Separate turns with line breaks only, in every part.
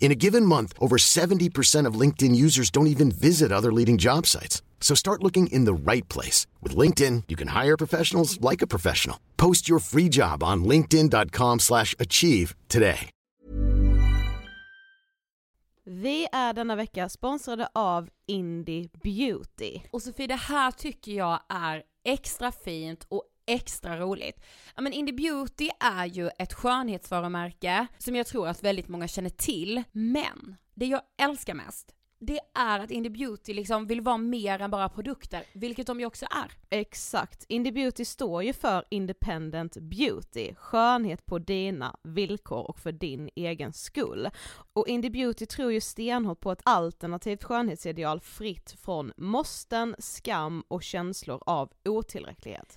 In a given month, over 70% of LinkedIn users don't even visit other leading job sites. So start looking in the right place. With LinkedIn, you can hire professionals like a professional. Post your free job on linkedin.com/achieve slash achieve today.
Vi är denna vecka sponsrade av Indie Beauty.
Och Sofie, det här tycker jag är extra fint och extra roligt. Ja men Indie Beauty är ju ett skönhetsvarumärke som jag tror att väldigt många känner till, men det jag älskar mest det är att Indie Beauty liksom vill vara mer än bara produkter, vilket de ju också är.
Exakt, Indie Beauty står ju för Independent Beauty, skönhet på dina villkor och för din egen skull. Och Indie Beauty tror ju stenhårt på ett alternativt skönhetsideal fritt från måsten, skam och känslor av otillräcklighet.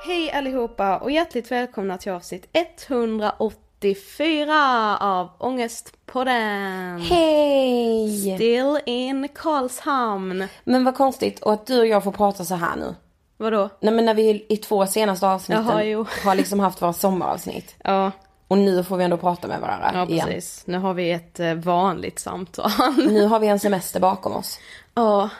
Hej allihopa och hjärtligt välkomna till avsnitt 184 av Ångestpodden.
Hej!
Still in Karlshamn.
Men vad konstigt och att du och jag får prata så här nu.
Vadå?
Nej men när vi i två senaste avsnitten
Jaha, jo.
har liksom haft våra sommaravsnitt.
Ja,
Och nu får vi ändå prata med varandra
ja
igen.
precis. Nu har vi ett eh, vanligt samtal.
Nu har vi en semester bakom oss.
Ja,
Mm.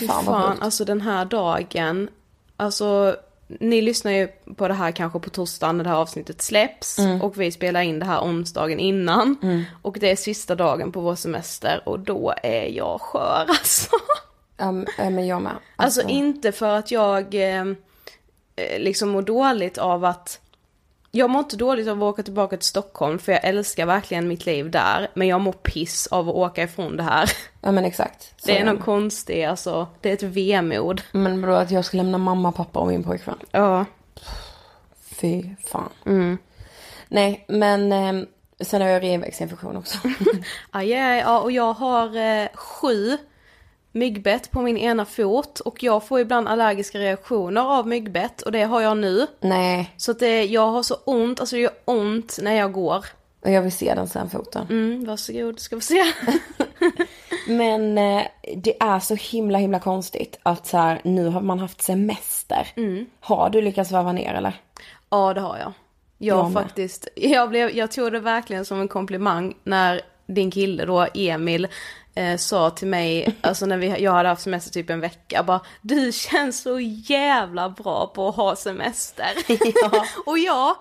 Fy
fy
fan, vad
fan.
sjukt.
Alltså den här dagen. Alltså, ni lyssnar ju på det här kanske på torsdagen när det här avsnittet släpps. Och vi spelar in det här onsdagen innan. Och det är sista dagen på vår semester och då är jag skör alltså.
Ja, men- ja, men jag med.
Alltså inte för att jag eh, eh, liksom mår dåligt av att jag mår inte dåligt av att åka tillbaka till Stockholm för jag älskar verkligen mitt liv där. Men jag mår piss av att åka ifrån det här.
Alltså, Ja men exakt. Så
Det är
jag-
någon konstig, alltså. Det är ett vemod.
Men vadå att jag ska lämna mamma, pappa och min pojkvän?
Ja.
Fy fan.
Mm.
Nej men eh, sen har jag urinvägsinfektion också.
Ajaj, ja och jag har eh, sju myggbett på min ena fot och jag får ibland allergiska reaktioner av myggbett och det har jag nu.
Nej.
Så att det, jag har så ont, alltså det gör ont när jag går.
Och jag vill se den sen foten.
Mm, varsågod, ska vi se.
Men eh, det är så himla himla konstigt att så här, nu har man haft semester. Har du lyckats varva ner eller?
Ja, det har jag. Jag,
Jag med.
faktiskt, jag, blev, jag tog det verkligen som en komplimang när din kille då, Emil, eh, sa till mig, alltså när vi, jag hade haft semester typ en vecka, bara du känns så jävla bra på att ha semester. Och jag,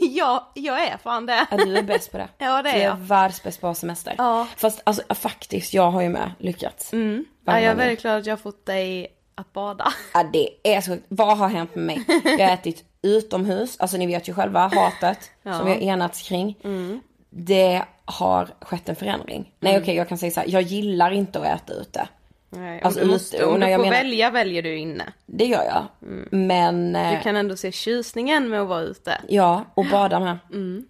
ja, jag är fan det.
Ja, du är bäst på det.
Ja, det är
jag.
jag.
är världsbäst på att ha semester.
Ja.
Fast alltså, faktiskt, jag har ju med lyckats. Mm.
Ja, jag är väldigt glad att jag har fått dig att bada.
Ja, det är så sjukt. Vad har hänt med mig? Jag har ätit utomhus, alltså ni vet ju själva hatet som vi har enats kring. Det har skett en förändring. Nej okej jag kan säga så här, jag gillar inte att äta ute.
Nej,
Alltså,
om du,
ut-
måste,
och
om
när
du
jag
får
menar-
välja väljer du inne.
Det gör jag. Men eh,
Du kan ändå se tjusningen med att vara ute.
ja, och bada med.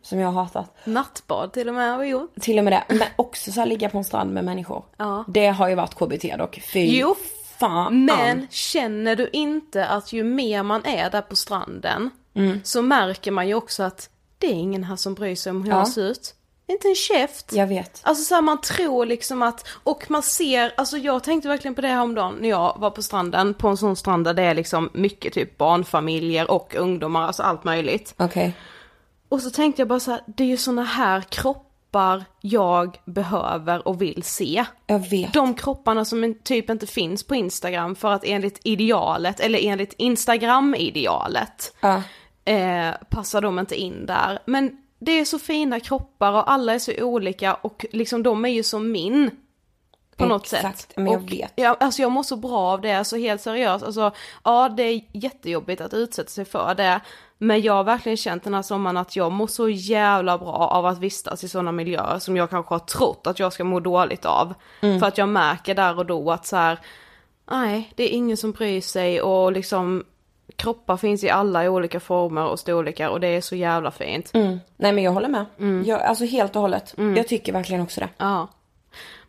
Som jag har hatat.
Nattbad till och med har vi gjort.
Till och med det. Men också så här, ligga på en strand med människor.
Ja.
Det har ju varit KBT dock. Fy
Jo,
fan.
Men känner du inte att ju mer man är där på stranden
Mm.
så märker man ju också att det är ingen här som bryr sig om hur
Ja.
man ser ut. Inte en käft.
Jag vet.
Alltså så här, man tror liksom att, och man ser, alltså jag tänkte verkligen på det här om dagen när jag var på stranden, på en sån strand där det är liksom mycket typ barnfamiljer och ungdomar, alltså allt möjligt.
Okej.
Och så tänkte jag bara så här, det är ju såna här kroppar jag behöver och vill se.
Jag vet.
De kropparna som en- typ inte finns på Instagram för att enligt idealet, eller enligt Instagram-idealet,
Ja.
eh, passar de inte in där. Men det är så fina kroppar och alla är så olika och liksom de är ju som min. På något
Exakt,
sätt.
men jag
och
vet.
Jag, alltså jag mår så bra av det, alltså helt seriöst. Alltså, ja det är jättejobbigt att utsätta sig för det. Men jag har verkligen känt den här sommaren att jag mår så jävla bra av att vistas i sådana miljöer som jag kanske har trott att jag ska må dåligt av.
Mm.
För att jag märker där och då att så här, nej det är ingen som bryr sig och liksom kroppar finns i alla olika former och storlekar och det är så jävla fint.
Mm. Nej men jag håller med.
Mm.
Jag, alltså helt och hållet. Jag tycker verkligen också det.
Ja.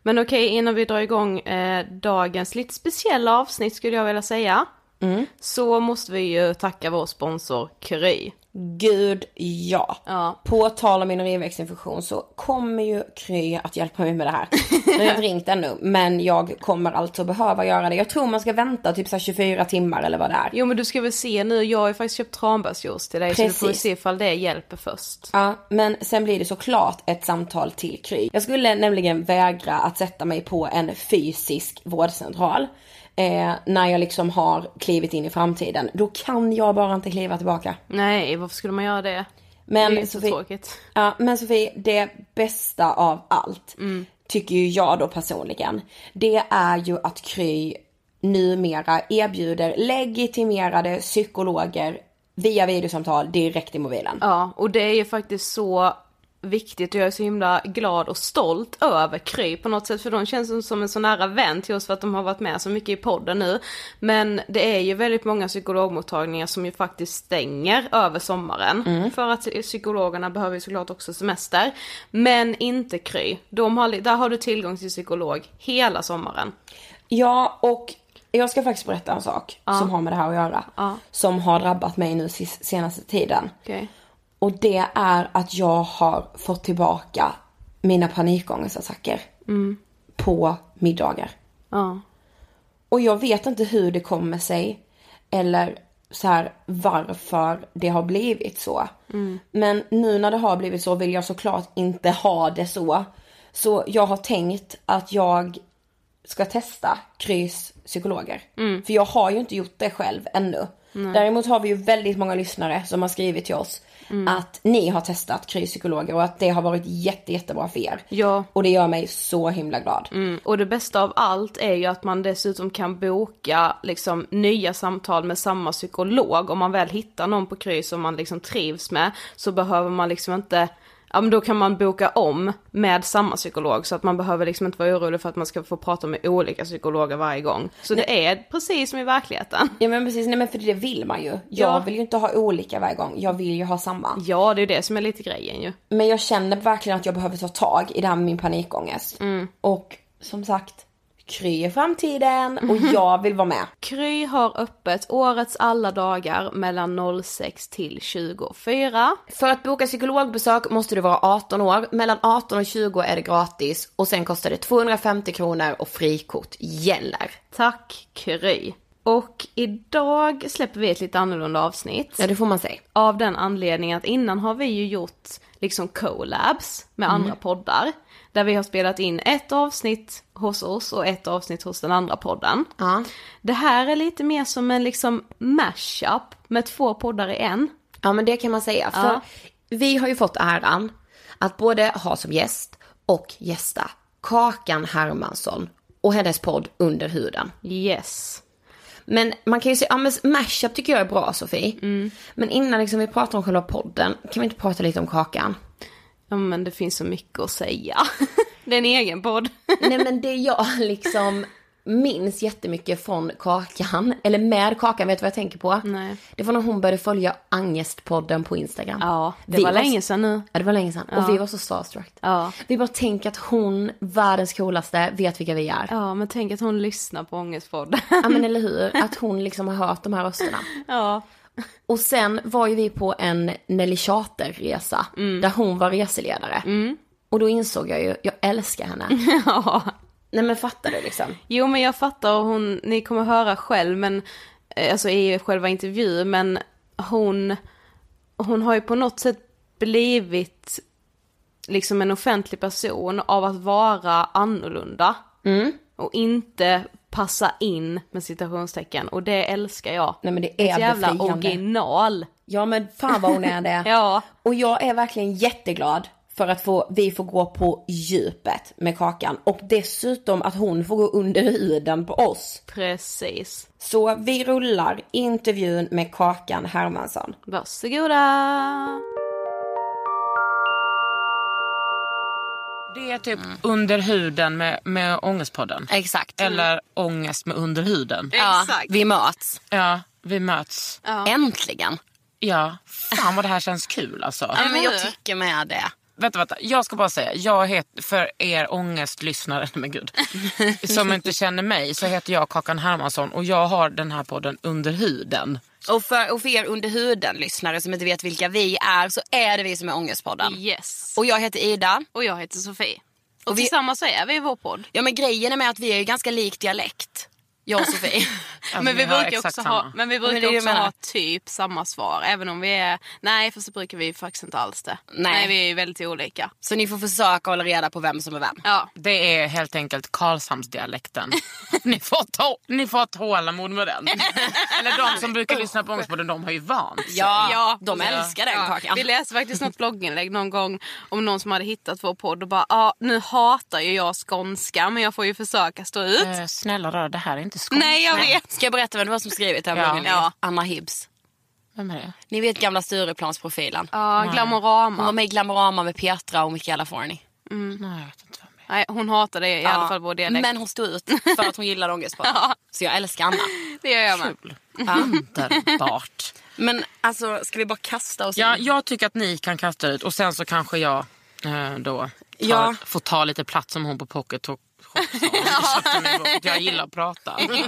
Men okej, innan vi drar igång eh, dagens lite speciella avsnitt skulle jag vilja säga.
Mm.
Så måste vi ju tacka vår sponsor Kry.
Gud ja.
Ja.
På tal om min urinvägsinfektion så kommer ju Kry att hjälpa mig med det här. Nu har jag inte ringt ännu men jag kommer alltså behöva göra det. Jag tror man ska vänta typ så här 24 timmar eller vad det är.
Jo men du ska väl se nu, jag har ju faktiskt köpt tranbärsjuice till dig så du får väl
Precis.
se ifall det hjälper först.
Ja, men sen blir det såklart ett samtal till Kry. Jag skulle nämligen vägra att sätta mig på en fysisk vårdcentral. Eh, när jag liksom har klivit in i framtiden. Då kan jag bara inte kliva tillbaka.
Nej, varför skulle man göra det?
Men
det är ju så tråkigt.
Ja, men Sofie, det bästa av allt
Mm.
tycker ju jag då personligen. Det är ju att Kry numera erbjuder legitimerade psykologer via videosamtal direkt i mobilen.
Ja, och det är ju faktiskt så viktigt och jag är så himla glad och stolt över Kry på något sätt för de känns som- som en så nära vän till oss för att de har varit med så mycket i podden nu. Men det är ju väldigt många psykologmottagningar som ju faktiskt stänger över sommaren för att psykologerna behöver ju såklart också semester. Men inte Kry, de har, där har du tillgång till psykolog hela sommaren.
Ja, och jag ska faktiskt berätta en sak som har med det här att göra. Som har drabbat mig nu sis- senaste tiden.
Okej.
Och det är att jag har fått tillbaka mina panikångestattacker på middagar.
Ja.
Och jag vet inte hur det kommer sig. Eller så här varför det har blivit så. Men nu när det har blivit så vill jag såklart inte ha det så. Så jag har tänkt att jag ska testa Krys psykologer. För jag har ju inte gjort det själv ännu. Däremot har vi ju väldigt många lyssnare som har skrivit till oss att ni har testat Krys psykologer och att det har varit jätte, jättebra för er.
Ja.
Och det gör mig så himla glad.
Mm. Och det bästa av allt är ju att man dessutom kan boka liksom nya samtal med samma psykolog. Om man väl hittar någon på Kry som man liksom trivs med så behöver man liksom inte, ja men då kan man boka om med samma psykolog så att man behöver liksom inte vara orolig för att man ska få prata med olika psykologer varje gång. Så det är precis som i verkligheten.
Ja men precis, nej men för det vill man ju. Jag
Ja.
vill ju inte ha olika varje gång, jag vill ju ha samma.
Ja, det är ju det som är lite grejen ju.
Men Mm. jag känner verkligen att jag behöver ta tag i det här med min panikångest. Och som sagt, Kry är framtiden och jag vill vara med.
Kry har öppet årets alla dagar mellan 06 till 24.
För att boka psykologbesök måste du vara 18 år. Mellan 18 och 20 är det gratis och sen kostar det 250 kronor och frikort gäller.
Tack Kry! Och idag släpper vi ett lite annorlunda avsnitt.
Ja, det får man säga.
Av den anledningen att innan har vi ju gjort liksom collabs med andra poddar. Där vi har spelat in ett avsnitt hos oss och ett avsnitt hos den andra podden.
Ja.
Det här är lite mer som en liksom mashup med två poddar i en.
Ja, men det kan man säga. För
Ja.
vi har ju fått äran att både ha som gäst och gästa Kakan Hermansson och hennes podd Under huden.
Yes.
Men man kan ju säga, ja men mashup tycker jag är bra Sofie. Men innan liksom vi pratar om själva podden, kan vi inte prata lite om Kakan?
Ja men det finns så mycket att säga. det är en egen podd.
Nej men det jag liksom minns jättemycket från Kakan, eller med Kakan, vet du vad jag tänker på?
Nej.
Det var när hon började följa Angestpodden på Instagram.
Ja, det
Vi
var länge sedan nu.
Ja, det var länge sedan. Och vi var så starstruck.
Ja.
Vi bara tänker att hon, världens coolaste, vet vilka vi är. Ja.
Ja men tänk att hon lyssnar på Ångestpodden.
men eller hur? Att hon liksom har hört de här rösterna.
ja.
Och sen var ju vi på en Nelly Charter-resa, där hon var reseledare. Och då insåg jag ju, jag älskar henne.
ja.
Nej men fattar du liksom?
Jo men jag fattar och hon, ni kommer höra själv men, eh, alltså i själva intervjun, men hon, hon har ju på något sätt blivit liksom en offentlig person av att vara annorlunda.
Mm.
Och inte passa in med citationstecken och det älskar jag.
Nej, men det är
Ett jävla
befriande.
original.
Ja men fan vad hon är det.
Ja.
Och jag är verkligen jätteglad för att få, vi får gå på djupet med Kakan. Och dessutom att hon får gå under huden på oss.
Precis.
Så vi rullar intervjun med Kakan Hermansson.
Varsågoda!
Det är typ
Mm.
under huden med, med ångestpodden.
Exakt.
Eller ångest med under huden.
Ja, vi möts.
Ja, vi möts.
Äntligen.
Ja, fan vad det här känns kul alltså.
Ja, men
Mm.
jag tycker med det.
Vänta, vänta. Jag ska bara säga, jag heter, för er ångestlyssnare, nej, men gud, som inte känner mig så heter jag Kakan Hermansson och jag har den här podden under huden.
Och för, och för er under huden lyssnare som inte vet vilka vi är så är det vi som är Ångestpodden.
Yes.
Och jag heter Ida.
Och jag heter Sofie.
Och vi-
tillsammans så är vi vår podd.
Ja men grejen är med att vi är ju ganska lik dialekt. Jag och Sofie.
Alltså,
Men vi,
har
brukar
exakt
också ha,
samma.
men vi
Men det är
brukar
det jag
också
menar.
ha typ samma svar. Även om vi är... Nej, för så brukar vi faktiskt inte alls det.
Nej.
vi är väldigt olika.
så ni får försöka hålla reda på vem som är vem.
Ja.
Det är helt enkelt Karlshamnsdialekten. ni, får ta, ni får ha tålamod med den. Eller de som brukar lyssna på ångestpodden, de har ju vant sig.
Ja, de älskar den kakan.
Vi läste faktiskt något blogginlägg någon gång om någon som hade hittat vår podd och bara ja, nu hatar ju jag skånska men jag får ju försöka stå ut.
Mm.
Eh, Snälla rara, det här är inte skånskt.
Nej, jag vet.
Ska jag berätta vem det var som skrivit det här
Ja.
blogginlägget?
Ja.
Anna Hibbs.
Vem är det?
Ni vet gamla Stureplansprofilen.
Ja,
Hon var
Glamorama.
med i Glamorama med Petra och Michaela Forni.
Nej, jag vet inte vem det är.
Nej, hon hatar det i alla fall vår dialekt.
Men hon stod ut för att hon gillade ångestpodden. Så jag älskar Anna.
det gör jag med.
Underbart.
Men alltså ska vi bara kasta oss
Ja,
in?
jag tycker att ni kan kasta ut och sen så kanske jag eh, då tar,
Ja.
får ta lite plats som hon på Pocket Talk. Shop sa. Köpte mig bok. Jag gillar att prata. True.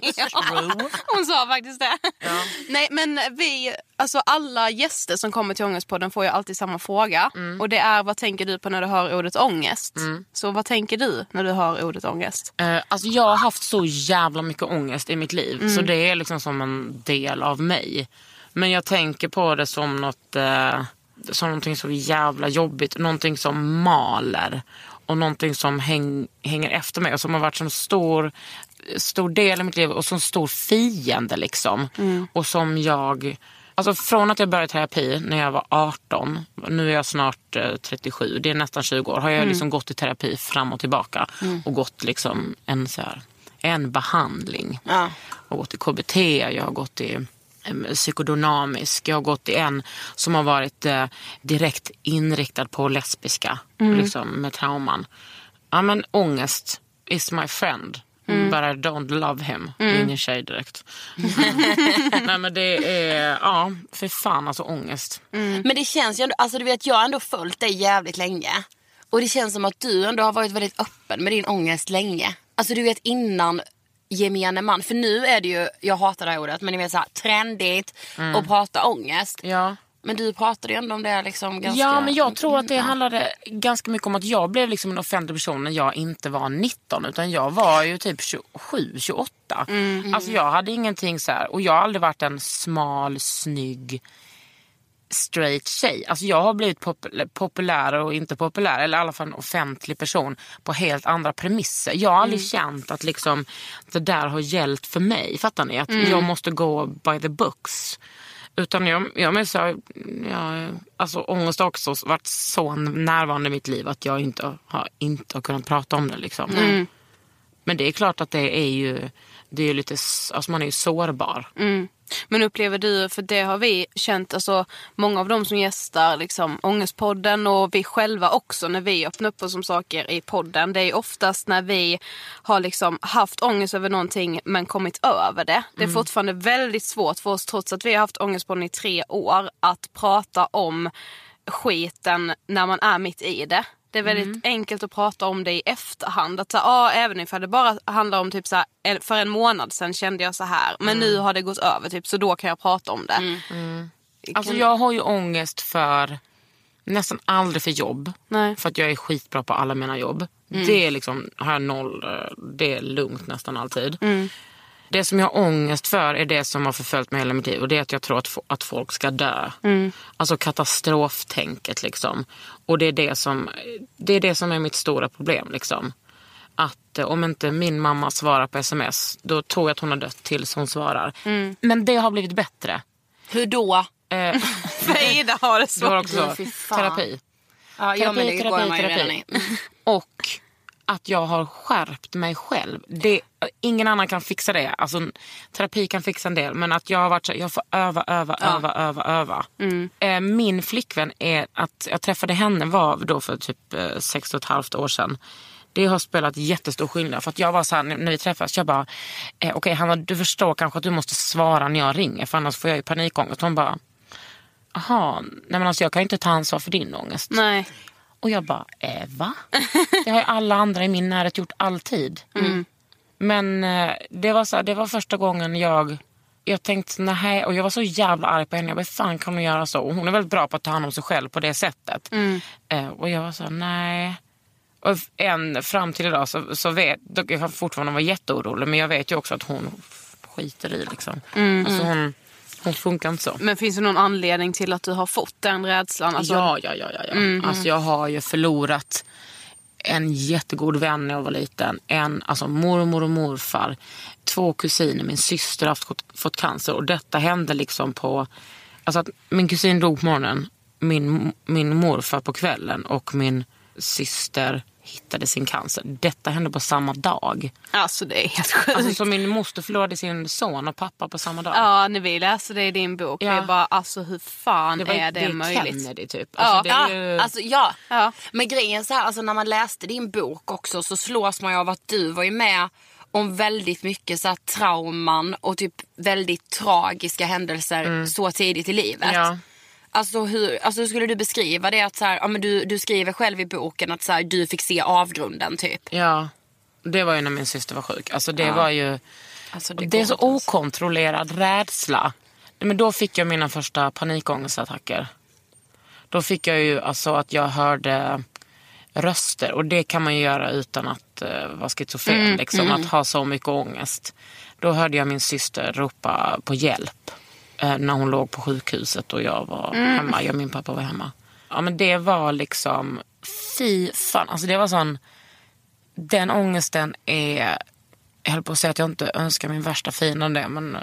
Hon sa faktiskt det. Nej men vi, alltså alla gäster som kommer till Ångestpodden får ju alltid samma fråga. Och det är vad tänker du på när du hör ordet ångest? Så vad tänker du när du hör ordet ångest?
Eh, alltså jag har haft så jävla mycket ångest i mitt liv så det är liksom som en del av mig. Men jag tänker på det som något eh, som någonting så jävla jobbigt, någonting som maler och någonting som häng, hänger efter mig och som har varit en stor, stor del av mitt liv och som stor fiende liksom. Och som jag Alltså från att jag började terapi när jag var 18, nu är jag snart eh, 37, det är nästan 20 år, har jag liksom gått i terapi fram och tillbaka och gått liksom en, så här, en behandling. Jag har gått i KBT, jag har gått i em, psykodynamisk, jag har gått i en som har varit eh, direkt inriktad på lesbiska, liksom, med trauman. Ja men ångest is my friend. But I don't love him. Ingen tjej direkt. Mm. Nej men det är, ja för fan alltså ångest.
Men det känns ju ändå, alltså du vet jag har ändå följt dig jävligt länge. Och det känns som att du ändå har varit väldigt öppen med din ångest länge.
Alltså du vet innan gemene man. För nu är det ju, jag hatar det här ordet, men ni vet såhär trendigt
Mm.
att prata ångest.
Ja.
Men du pratade ju ändå om det liksom ganska...
Ja, men jag tror att det Mm. handlade ganska mycket om att jag blev liksom en offentlig person när jag inte var 19 utan jag var ju typ 27, 28. Alltså jag hade ingenting så här och jag har aldrig varit en smal, snygg straight tjej. Alltså jag har blivit popul- populär och inte populär eller i alla fall en offentlig person på helt andra premisser. Jag har aldrig känt att liksom det där har gällt för mig. Fattar ni? Att jag måste gå by the books. Utan jag, jag menar så här, jag, alltså ångest har också varit så närvarande i mitt liv att jag inte har, inte har kunnat prata om det. Liksom. Men det är klart att det är ju, det är ju lite, s- alltså man är ju sårbar.
Mm. Men upplever du, för det har vi känt, alltså många av dem som gästar liksom, Ångestpodden och vi själva också när vi öppnar upp oss om saker i podden. Det är ju oftast när vi har liksom haft ångest över någonting men kommit över det. Det är fortfarande väldigt svårt för oss trots att vi har haft ångestpodden i tre år att prata om skiten när man är mitt i det. Det är väldigt enkelt att prata om det i efterhand. Att så, här, ah, även ifall det bara handlar om typ så här, en- för en månad sedan kände jag så här. Men nu har det gått över typ så då kan jag prata om det.
Alltså jag har ju ångest för, nästan aldrig för jobb.
Nej. Mm.
För att jag är skitbra på alla mina jobb. Det är liksom, har jag noll, eh, det är lugnt nästan alltid.
Mm.
Det som jag har ångest för är det som har förföljt mig hela mitt liv och det är att jag tror att, fo- att folk ska dö.
Mm.
Alltså katastroftänket liksom. Och det är det, som, det är det som är mitt stora problem liksom. Att eh, om inte min mamma svarar på sms då tror jag att hon har dött tills hon svarar.
Mm.
Men det har blivit bättre.
Hur då?
Eh,
För Ida har det
det var
svårt.
också
Fy fan.
terapi.
Ja, ja men det
Terapi,
går
terapi,
man ju
terapi.
redan i.
Och att jag har skärpt mig själv. Det, ingen annan kan fixa det. Alltså, terapi kan fixa en del. Men att jag har varit så, jag får öva, öva, öva, öva, öva. Eh, min flickvän är att jag träffade henne var då för typ eh, sex och ett halvt år sedan. Det har spelat jättestor skillnad. För att jag var så här, när när vi träffades, jag bara, eh, okej Hanna du förstår kanske att du måste svara när jag ringer för annars får jag ju panikångest. Hon bara, jaha, nej men alltså jag kan ju inte ta ansvar för din ångest.
Nej.
Och jag bara, eh, va? Det har ju alla andra i min närhet gjort alltid. Men eh, det var, så här, det var första gången jag jag tänkte nej och jag var så jävla arg på henne. Jag bara, fan kan hon göra så? Och hon är väldigt bra på att ta hand om sig själv på det sättet. Eh, och jag var så här, nej. Och f- än fram till idag så, så vet då- jag kan fortfarande vara jätteorolig men jag vet ju också att hon f- skiter i liksom. Alltså hon, hon funkar inte så.
Men finns det någon anledning till att du har fått den rädslan? Alltså, mm-hmm.
Ja, ja, ja. ja, ja. Alltså, jag har ju förlorat en jättegod vän när jag var liten. En, alltså mormor och morfar. Två kusiner. Min syster har haft, fått cancer. Och detta hände liksom på... Alltså att min kusin dog på morgonen. Min, min morfar på kvällen. Och min syster hittade sin cancer. Detta hände på samma dag.
Alltså det är helt sjukt.
Alltså, så min moster förlorade sin son och pappa på samma dag.
Ja, när vi läste det i din bok.
Ja.
Vi bara, alltså hur fan
det, var,
är det,
det är
möjligt? Ah,
Kennedy typ. Alltså,
ja,
det är ju...
alltså, ja.
Ja.
Men grejen så här, alltså, när man läste din bok också så slås man ju av att du var ju med om väldigt mycket så här, trauman och typ väldigt tragiska händelser så tidigt i livet.
Mm. Ja.
Alltså hur, alltså hur skulle du beskriva det? Att så här, ja, men du, du skriver själv i boken att så här, du fick se avgrunden typ.
Ja, det var ju när min syster var sjuk. Alltså det var ju...
Alltså,
det,
går
är så
inte ens.
okontrollerad rädsla. Nej, Men då fick jag mina första panikångestattacker. Då fick jag ju alltså att jag hörde röster och det kan man ju göra utan att uh, vara schizofren.
Mm,
liksom, Att ha så mycket ångest. Då hörde jag min syster ropa på hjälp eh, när hon låg på sjukhuset och jag var
Mm.
hemma. Jag och min pappa var hemma. Ja men det var liksom, fy fan. Alltså det var sån, den ångesten är jag höll på att säga att jag inte önskar min värsta fiende det, men eh,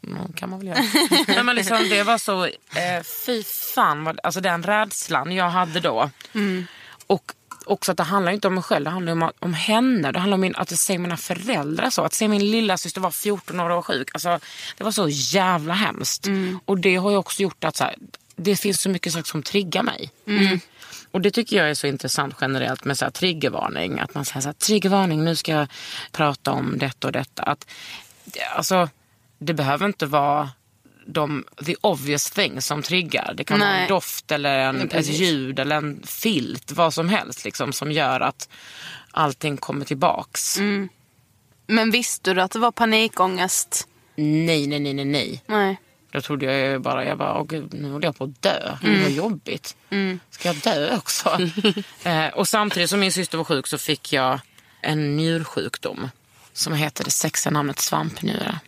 nå kan man väl göra. Nej, men liksom, det var så, eh, fy fan, vad, alltså den rädslan jag hade då. Mm. Och också att det handlar ju inte om mig själv, det handlar ju om, om henne. Det handlar om min, att jag ser mina föräldrar så. Att se min lilla syster var 14 år och var sjuk. Alltså, det var så jävla hemskt. Och det har ju också gjort att så här, det finns så mycket saker som triggar mig. Och det tycker jag är så intressant generellt med så här triggervarning. Att man säger så här, triggervarning, nu ska jag prata om detta och detta. Att, alltså, det behöver inte vara de, the obvious thing som triggar. Det kan vara en doft eller en,
Mm,
ett ljud eller en filt. Vad som helst liksom, som gör att allting kommer tillbaks.
Mm. Men visste du att det var panikångest?
Nej, nej, nej, nej, nej.
Nej.
Då trodde jag ju bara, jag bara, åh gud, nu håller jag på att dö. Mm. Vad jobbigt. Ska jag dö också? eh, och samtidigt som min syster var sjuk så fick jag en njursjukdom. Som heter det sexiga namnet svampnjure.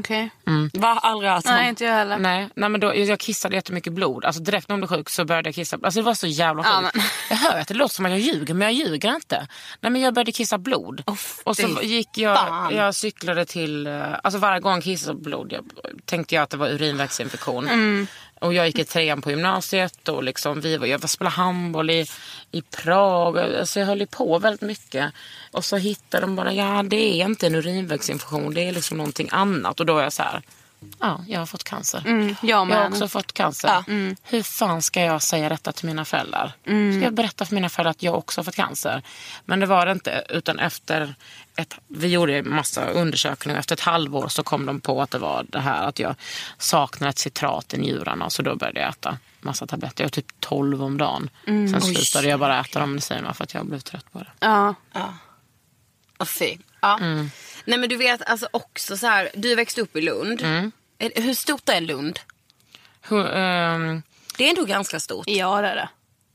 Okej.
Mm, Va? Aldrig hört
Nej,
om.
inte jag heller.
Nej, nej men då, jag, jag kissade jättemycket blod. Alltså direkt när jag blev sjuk så började jag kissa. Alltså det var så jävla sjukt.
men-
Jag hör att det låter som att jag ljuger men jag ljuger inte. Nej men jag började kissa blod. och så gick jag,
fan.
jag cyklade till, eh, alltså varje gång jag kissade blod jag, tänkte jag att det var urinvägsinfektion. Och jag gick i trean på gymnasiet och liksom vi var, jag var spelade handboll i, i Prag. Alltså jag höll ju på väldigt mycket. Och så hittade de bara, ja det är inte en urinvägsinfektion, det är liksom någonting annat. Och då var jag så här, ja jag har fått cancer.
Mm, jag
Jag har
med.
också fått cancer. Mm. Hur fan ska jag säga detta till mina föräldrar? Ska jag berätta för mina föräldrar att jag också har fått cancer? Men det var det inte. Utan efter ett, vi gjorde en massa undersökningar. Efter ett halvår så kom de på att det var det här att jag saknade ett citrat i njurarna. Så då började jag äta massa tabletter. Jag åt typ 12 om dagen. Sen slutade jag bara äta dem, det säger man, för att jag blev trött på det.
Ja.
Åh, fy. Ja.
Mm.
Nej men du vet alltså också så här, du växte upp i Lund.
Mm.
Är- Hur stort är Lund?
Hur, ehm,
Det är ändå ganska stort.
ja, det är det.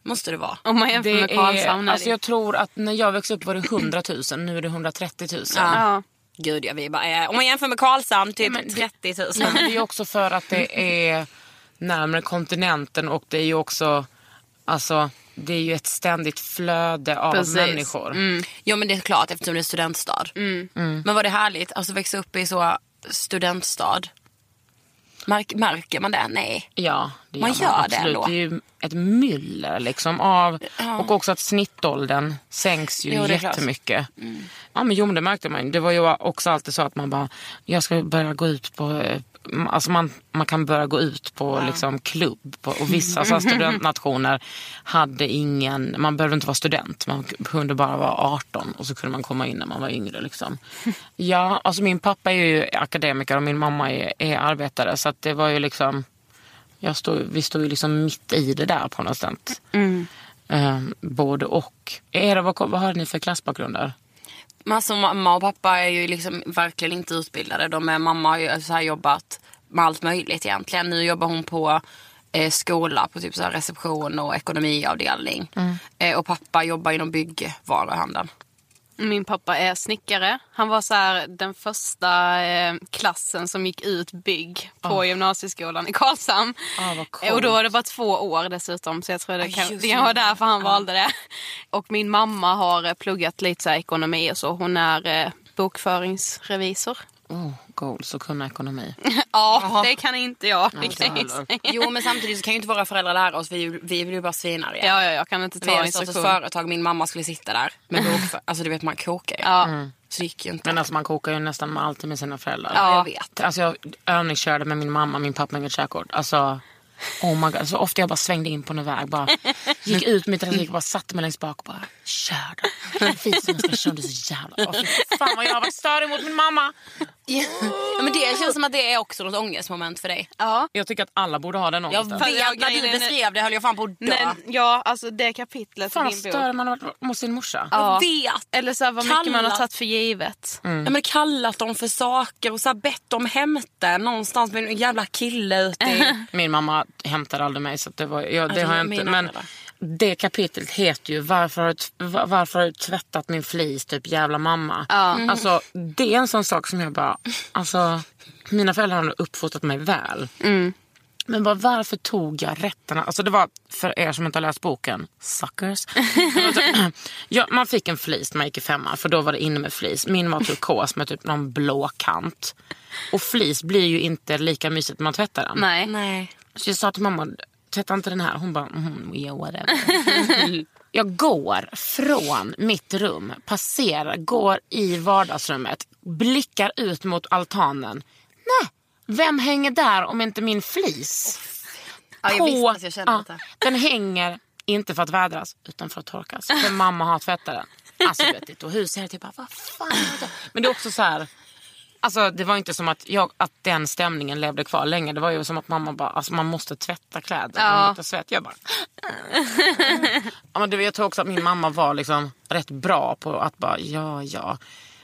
Måste det vara.
Om man jämför med
det är,
Karlshamn.
alltså
Alltså,
jag tror att när jag växte upp var det 100 000, nu är det 130 000.
ja.
Gud ja, vi är bara, eh, om man jämför med Karlshamn typ
men det-
30 000.
Nej, men det är också för att det är närmare kontinenten och det är ju också, alltså det är ju ett ständigt flöde av
Precis.
människor.
Ja men det är klart eftersom det är studentstad. Men var det härligt alltså växa upp i så studentstad? Märk, märker man det? Nej.
Ja, det
Man gör det
absolut.
ändå.
Det är ju ett myller liksom av, och också att snittåldern sänks ju
Jo, det är klart. Mm.
jättemycket. Ja, men jo, men det märkte man ju. Det var ju också alltid så att man bara, jag ska börja gå ut på, eh, alltså man, man kan börja gå ut på liksom klubb. På, och vissa så här, studentnationer hade ingen, man behövde inte vara student, man kunde bara vara 18 och så kunde man komma in när man var yngre. Liksom. Ja, alltså min pappa är ju akademiker och min mamma är, är arbetare så att det var ju liksom, jag stod, vi stod ju liksom mitt i det där på något sätt.
Mm.
Eh, både och. Era, vad, vad har ni för klassbakgrunder?
Men alltså, mamma och pappa är ju liksom verkligen inte utbildade. De är, mamma har ju så här jobbat med allt möjligt egentligen. Nu jobbar hon på eh, skola på typ så här reception och ekonomiavdelning.
Mm.
Eh, och pappa jobbar inom byggvaruhandeln.
Min pappa är snickare. Han var så här, den första eh, klassen som gick ut bygg på gymnasieskolan i Karlshamn.
Ah, vad coolt.
och då var det bara två år dessutom så jag tror det kan,
just
det kan vara därför han valde det. Och min mamma har eh, pluggat lite så här ekonomi och så. Hon är eh, bokföringsrevisor.
Oh, goals och kunna ekonomi.
Ja, det kan inte jag. Det
inte
kan jag ju
heller.
säga.
Jo men samtidigt så kan ju inte våra föräldrar lära oss. Vi, är ju- vi blir ju bara svinare.
Ja, ja, jag kan inte
Vi
ta
hade startat ett
instruktion.
företag, min mamma skulle sitta där med bokför... Alltså du vet man kokar ju.
Ja.
Så det gick ju inte.
Men alltså man kokar ju nästan alltid med sina föräldrar.
Ja, jag vet.
Alltså jag övningskörde med min mamma, min pappa i mitt körkort. Alltså, oh my god. Så ofta jag bara svängde in på någon väg. Bara, gick ut mitt i trafik och bara satte mig längst bak och bara kör då. Fy som jag ska köra, du är så jävla... Oh, fan vad jag har varit störig mot min mamma.
Ja. men det känns som att det är också något ångestmoment för dig.
Jag tycker att alla borde ha den
Jag
ångesten.
vet, när
grejen
du
är-
beskrev det höll jag fan på att dö.
Nej, ja, alltså det kapitlet i
Fan vad
min bok.
störig man har varit mot sin morsa.
Ja.
Jag vet.
Eller så här, vad mycket man har
Kallat.
tagit för givet.
Mm.
Ja, men kallat dem för saker och så här bett dem hämta någonstans med en jävla kille ute i...
Min mamma hämtade aldrig mig så att det, var, ja, det
det
har
är
jag inte.
mina
Men
föräldrar.
det kapitlet heter ju varför har, du, t- va- varför har du tvättat min flis typ jävla mamma. Alltså det är en sån sak som jag bara, alltså mina föräldrar har uppfostrat mig väl. Men bara, varför tog jag rätterna? Alltså det var, för er som inte har läst boken, suckers. ja, man fick en flis när man gick i femma, för då var det inne med flis. Min var turkos med typ någon blå kant. Och flis blir ju inte lika mysigt när man tvättar den.
Nej.
Nej.
Så jag sa till mamma, tvätta inte den här. Hon bara, mm, yeah, whatever. jag går från mitt rum, passerar, går i vardagsrummet, blickar ut mot altanen. Nej, vem hänger där om inte min flis?
Ja, jag visste att jag kände
ja,
detta.
Den hänger inte för att vädras utan för att torkas. För mamma har tvättat den. Alltså vet du, och husägaren typ bara, vad fan. är det?" Men det är också så här. Alltså det var inte som att, jag, att den stämningen levde kvar länge. Det var ju som att mamma bara, alltså man måste tvätta kläder. Man luktar svett. Jag bara... ja, men du, vet, jag tror också att min mamma var liksom rätt bra på att bara, ja ja.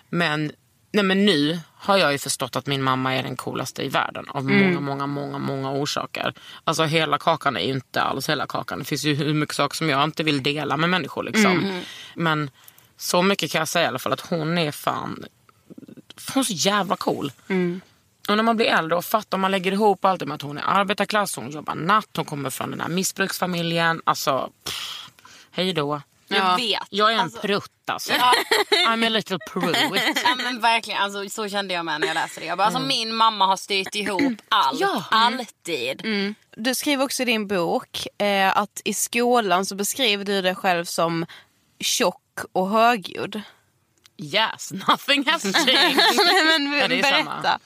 Men Nej men nu har jag ju förstått att min mamma är den coolaste i världen av många, många, många, många orsaker. Alltså hela kakan är ju inte alls hela kakan. Det finns ju hur mycket saker som jag inte vill dela med människor liksom. Men så mycket kan jag säga i alla fall att hon är fan, hon är så jävla cool. Och när man blir äldre och fattar, om man lägger ihop allt det med att hon är arbetarklass, hon jobbar natt, hon kommer från den här missbruksfamiljen. Alltså, pff, hej då.
Jag vet.
Jag är en
Alltså-
prutt alltså. I'm a little prutt.
Ja, men verkligen, alltså, så kände jag med när jag läste det. Jag bara, alltså,
Mm.
min mamma har styrt ihop allt.
Ja.
Alltid.
Mm. Du skriver också i din bok eh, att i skolan så beskriver du dig själv som tjock och högljudd.
Yes, nothing has changed.
Nej, men
Ja, det är
berätta.
samma.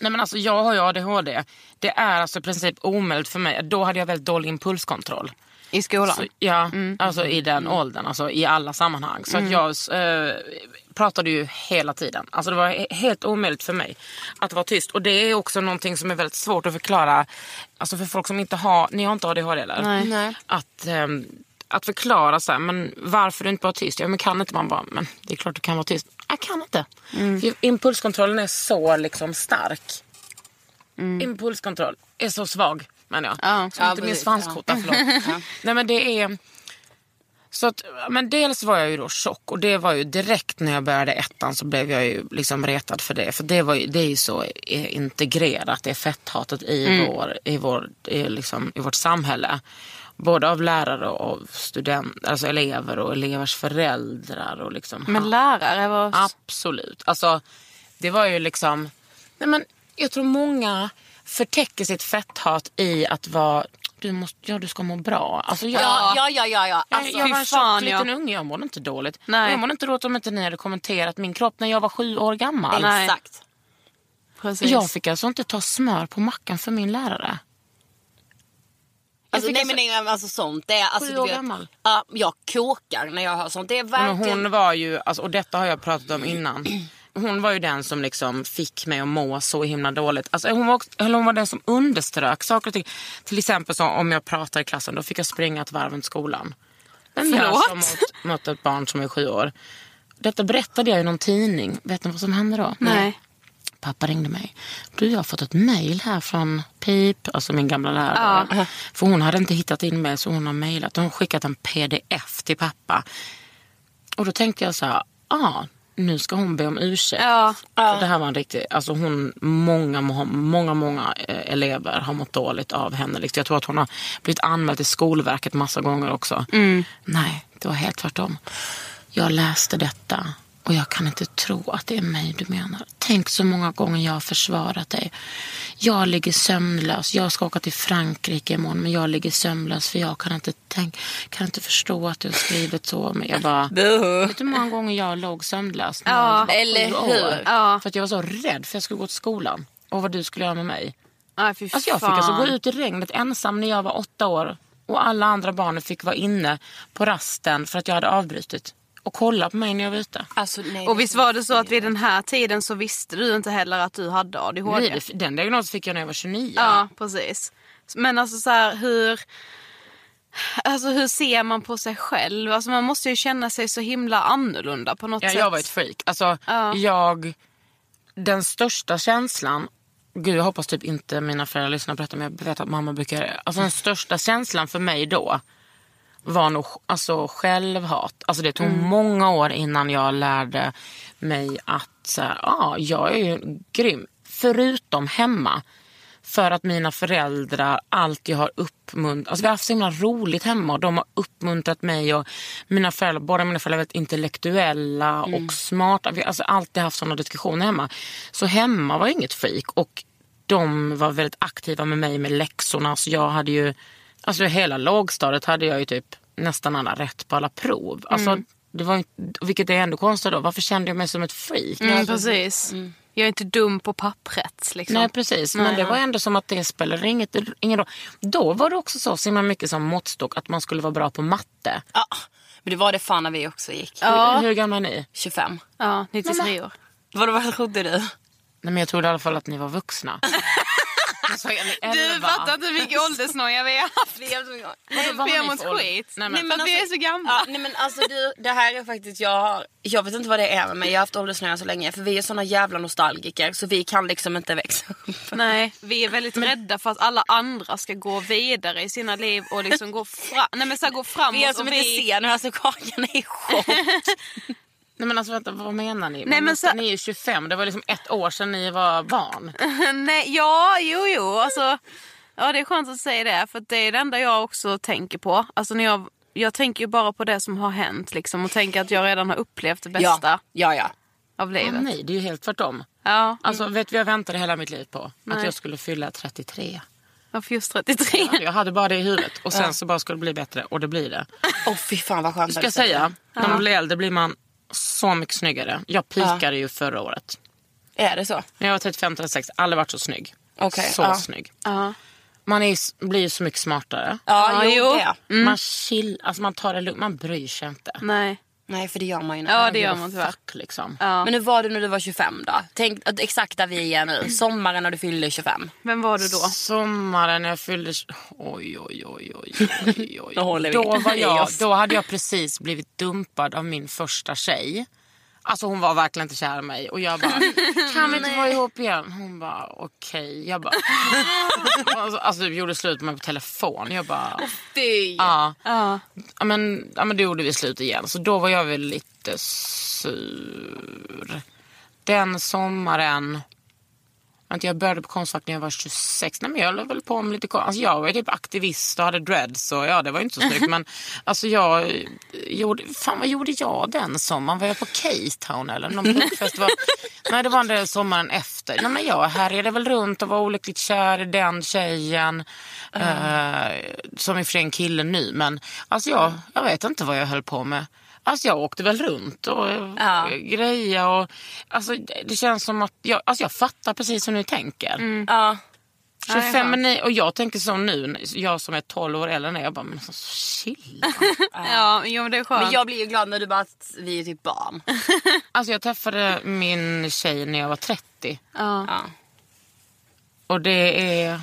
Nej, men alltså, jag har ju ADHD. Det är alltså i princip omöjligt för mig. Då hade jag väldigt dålig impulskontroll.
I skolan?
Så, ja, alltså i den åldern, alltså i alla sammanhang. Så att jag eh, pratade ju hela tiden. Alltså det var he- helt omöjligt för mig att vara tyst. Och det är också någonting som är väldigt svårt att förklara. Alltså för folk som inte har, ni har inte ADHD eller?
Nej.
Att, ehm, att förklara så här, men varför du inte bara tyst? Ja men kan inte man bara, men det är klart du kan vara tyst. Jag kan inte. För impulskontrollen är så liksom stark. Impulskontroll är så svag menar jag.
Mm. Ja.
Så inte min
precis,
svanskota, förlåt. Nej men det är... Så att, men dels var jag ju då tjock och det var ju direkt när jag började ettan så blev jag ju liksom retad för det. För det, var ju, det är ju så eh, integrerat, det fetthatet i,
Mm.
vår, i, vår, i, liksom, i vårt samhälle. Både av lärare och av studenter, alltså elever och elevers föräldrar. Och liksom,
Men lärare var...
Absolut. Alltså, det var ju liksom... Nej men, jag tror många förtäcker sitt fetthat i att vara... Du, måste, ja, du ska må bra. Alltså, jag,
Ja, ja, ja, ja. ja.
jag,
Alltså,
jag var en
fy fan,
tjock liten
ja.
unge. Jag mådde inte dåligt.
Nej.
Jag mådde inte dåligt om inte ni hade kommenterat min kropp när jag var sju år gammal.
Nej.
Exakt.
Precis.
Jag fick alltså inte ta smör på mackan för min lärare. Jag
Alltså,
fick
nej, men nej, men alltså sånt. Det är, alltså,
Sju
du
år
vet,
gammal.
Ja, jag kokar när jag hör sånt. Det är
Men
verkligen...
hon var ju, alltså, och detta har jag pratat om innan. Hon var ju den som liksom fick mig att må så himla dåligt. Alltså, hon, var också, eller hon var den som underströk saker och ting. Till exempel så om jag pratar i klassen, då fick jag springa ett varv runt skolan. Vem gör så mot, mot ett barn som är sju år? Detta berättade jag i någon tidning. Vet ni vad som hände då?
Nej.
Pappa ringde mig. Du, jag har fått ett mejl här från Pip, alltså min gamla lärare. För hon hade inte hittat in mig så hon har mejlat. Hon har skickat en pdf till pappa. Och då tänkte jag så här, ah, nu ska hon be om ursäkt.
Ja.
För Det här var en riktig, alltså hon, många, må- många, många eh, elever har mått dåligt av henne. Liksom. Jag tror att hon har blivit anmäld till Skolverket massa gånger också.
Mm.
Nej, det var helt tvärtom. Jag läste detta och jag kan inte tro att det är mig du menar. Tänk så många gånger jag har försvarat dig. Jag ligger sömnlös. Jag ska åka till Frankrike imorgon men jag ligger sömnlös för jag kan inte, tänk, kan inte förstå att du har skrivit så. Men jag bara, vet du hur många gånger jag låg sömnlös? när jag
Ja,
var
eller
sju
hur?
år?
Ja.
För att jag var så rädd för att jag skulle gå till skolan och vad du skulle göra med mig.
Nej, fy
Alltså jag fick
fan.
alltså gå ut i regnet ensam när jag var åtta år och alla andra barnen fick vara inne på rasten för att jag hade avbrutit och kolla på mig när jag var ute.
Alltså, nej,
Och visst var det så att vid den här tiden så visste du inte heller att du hade ADHD?
Nej, Den diagnosen fick jag när jag var 29.
Ja, precis. Men alltså så här, hur... Alltså hur ser man på sig själv? Alltså man måste ju känna sig så himla annorlunda på något
Ja,
sätt.
jag var ett freak. Alltså,
Ja.
jag, den största känslan, gud jag hoppas typ inte mina föräldrar lyssnar på detta men jag vet att mamma brukar göra det. Alltså den största känslan för mig då var nog alltså, självhat. Alltså det tog många år innan jag lärde mig att så här, ja, jag är ju grym. Förutom hemma. För att mina föräldrar alltid har uppmuntrat, alltså vi har haft så himla roligt hemma och de har uppmuntrat mig och mina föräldrar, båda mina föräldrar är väldigt intellektuella och smarta. Vi har alltså alltid haft sådana diskussioner hemma. Så hemma var inget fejk och de var väldigt aktiva med mig med läxorna så jag hade ju, alltså hela lågstadiet hade jag ju typ nästan alla rätt på alla prov. Alltså,
Mm.
det var, ju- vilket är ändå konstigt då, varför kände jag mig som ett freak? Alltså,
Mm, precis. Jag är inte dum på pappret liksom.
Nej precis, men det var ändå som att det spelade inget, ingen roll. Då var det också så, så himla mycket som måttstock att man skulle vara bra på matte.
Ja, men det var det fan när vi också gick.
Hur, hur gamla är ni?
25.
Ja, 93 år.
Vadå, vad trodde du?
Nej, men jag trodde i alla fall att ni var vuxna. säsong elva.
Du fattar inte vilken åldersnoja vi har haft.
Vi har-
Vadå, vad
Vi
har
har
ni
mått
för ålder?
skit.
Nej, men-
för
alltså-
att vi är så gamla.
Ja, nej men alltså du, det här är faktiskt, jag har, jag vet inte vad det är med mig, jag har haft åldersnöja så länge för vi är såna jävla nostalgiker så vi kan liksom inte växa upp.
Nej, vi är väldigt rädda för att alla andra ska gå vidare i sina liv och liksom gå, fra- Nej, men så här, gå framåt.
Vi är som
och
inte ser nu, alltså Kakan är i chock.
Nej men alltså vänta, vad menar ni?
men
men
så-
Ni är ju 25, det var liksom ett år sedan ni var barn.
Nej, ja, jo, jo. Alltså, ja, det är skönt att säga det. För att det är det enda jag också tänker på. Alltså, när jag, jag tänker ju bara på det som har hänt liksom, och tänker att jag redan har upplevt det bästa
Ja, ja, ja.
av
Ja,
livet.
nej, det är ju helt tvärtom.
Ja,
Alltså vet du vad jag väntade hela mitt liv på?
Nej.
Att jag skulle fylla 33.
varför just 33?
Jag hade bara det i huvudet och sen så bara skulle det bli bättre och det blir det.
Åh fy fan vad skönt.
Ska jag säga, när man blir äldre blir man så mycket snyggare. Jag pikade ju förra året.
Är det så?
När jag var 35-36, aldrig varit så snygg.
Okej,
så
ja.
snygg. Man är, ju s- blir ju så mycket smartare.
Ja, jo,
jo.
det.
Man chill, alltså man tar det lugnt, man bryr sig inte.
Nej.
Nej för det gör man ju nu.
Ja, det gör man tyvärr.
Fuck liksom.
Men hur var det när du var 25 då? Tänk att- exakt där vi är nu, sommaren när du fyllde 25.
Vem var du då?
Sommaren när jag fyllde... Oj, oj, oj. oj, oj, oj.
Nu håller vi
då, var
i
jag,
oss.
då hade jag precis blivit dumpad av min första tjej. Alltså hon var verkligen inte kär i mig och jag bara, kan vi inte vara ihop igen? Hon bara, okej. Jag bara, alltså, alltså vi gjorde slut med på telefon. Jag bara,
Fy.
ja. Ja, men, ja men då gjorde vi slut igen. Så då var jag väl lite sur. Den sommaren. Vänta, jag började på Konstfack när jag var 26. Nej, men jag höll väl på med lite kon- alltså, Jag var ju typ aktivist och hade dreads. Och, ja, det var ju inte så snyggt. men alltså, jag eh, gjorde... Fan, vad gjorde jag den sommaren? Var jag på K-town eller någon punkfest? Var... Nej, det var den där sommaren efter. Nej, men jag härjade väl runt och var olyckligt kär i den tjejen. Eh, som i och för sig är en kille nu. Men alltså, jag, jag vet inte vad jag höll på med. Alltså jag åkte väl runt och ja. grejer och alltså det det känns som att jag, alltså jag fattar precis hur ni tänker.
Ja.
25 men ni, och jag tänker så nu, jag som är 12 år äldre än er, jag bara men alltså, chill.
Ja, jo, men det är skönt.
Men jag blir ju glad när du bara att vi är typ barn.
alltså jag träffade min tjej när jag var 30
Ja.
och det är,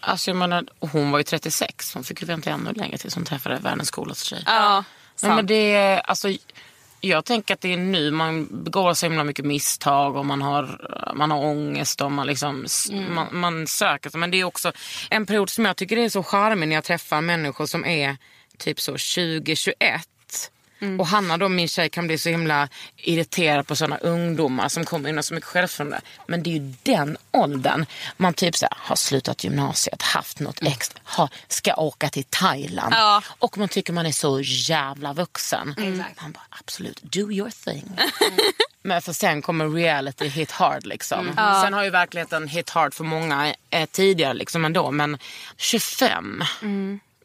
alltså jag menar, och hon var ju 36, hon fick ju vänta ännu längre tills hon träffade världens coolaste tjej.
ja.
Nej, men det är, alltså, jag tänker att det är nu man begår så himla mycket misstag och man har, man har ångest och man, liksom, s- man, man söker sig. Men det är också en period som jag tycker är så charmig när jag träffar människor som är typ så 20-21. Och Hanna då, min tjej, kan bli så himla irriterad på sådana ungdomar som kommer in och har så mycket självförtroende. Men det är ju den åldern man typ så här, har slutat gymnasiet, haft något extra, har, ska åka till Thailand.
Ja.
Och man tycker man är så jävla vuxen. Man bara absolut, do your thing. Men för sen kommer reality hit hard liksom. Sen har ju verkligheten hit hard för många eh, tidigare liksom ändå. Men 25.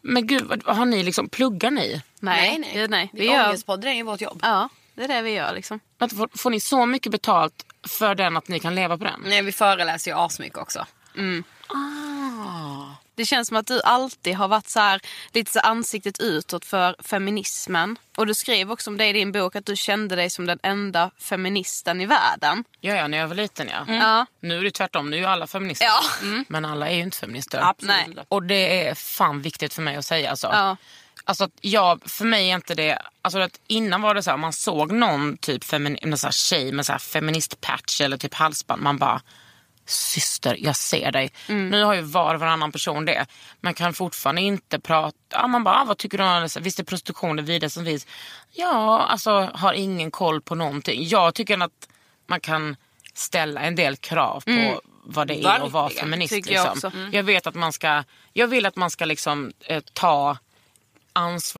Men gud, vad- vad har ni liksom, pluggar ni?
Nej, nej. Gud, nej. Vi
Vi
gör...
Ångestpodden är ju vårt jobb.
Ja, det är det vi gör liksom.
Att, får, får ni så mycket betalt för den att ni kan leva på den?
Nej vi föreläser ju asmycket också.
Det känns som att du alltid har varit så här, lite så ansiktet utåt för feminismen. Och du skrev också om det i din bok att du kände dig som den enda feministen i världen.
Ja, ja, när jag var liten ja.
Mm. Ja.
Nu är det tvärtom, nu är ju alla feminister. Mm.
Ja.
Men alla är ju inte feminister.
Absolut.
Nej.
Och det är fan viktigt för mig att säga. Alltså.
Ja.
Alltså att jag, för mig är inte det, alltså att innan var det så här, man såg någon typ femin, någon så här tjej med så här feministpatch eller typ halsband, man bara syster jag ser dig.
Mm.
Nu har ju var och varannan person det. Man kan fortfarande inte prata, ja, man bara ah, vad tycker du om det? Visst är prostitution det vidare som finns? Ja, alltså har ingen koll på någonting. Jag tycker att man kan ställa en del krav på vad det är att vara
Verkligen,
feminist.
Mm. tycker jag
liksom.
också. Mm.
jag vet att man ska, jag vill att man ska liksom eh, ta ansvar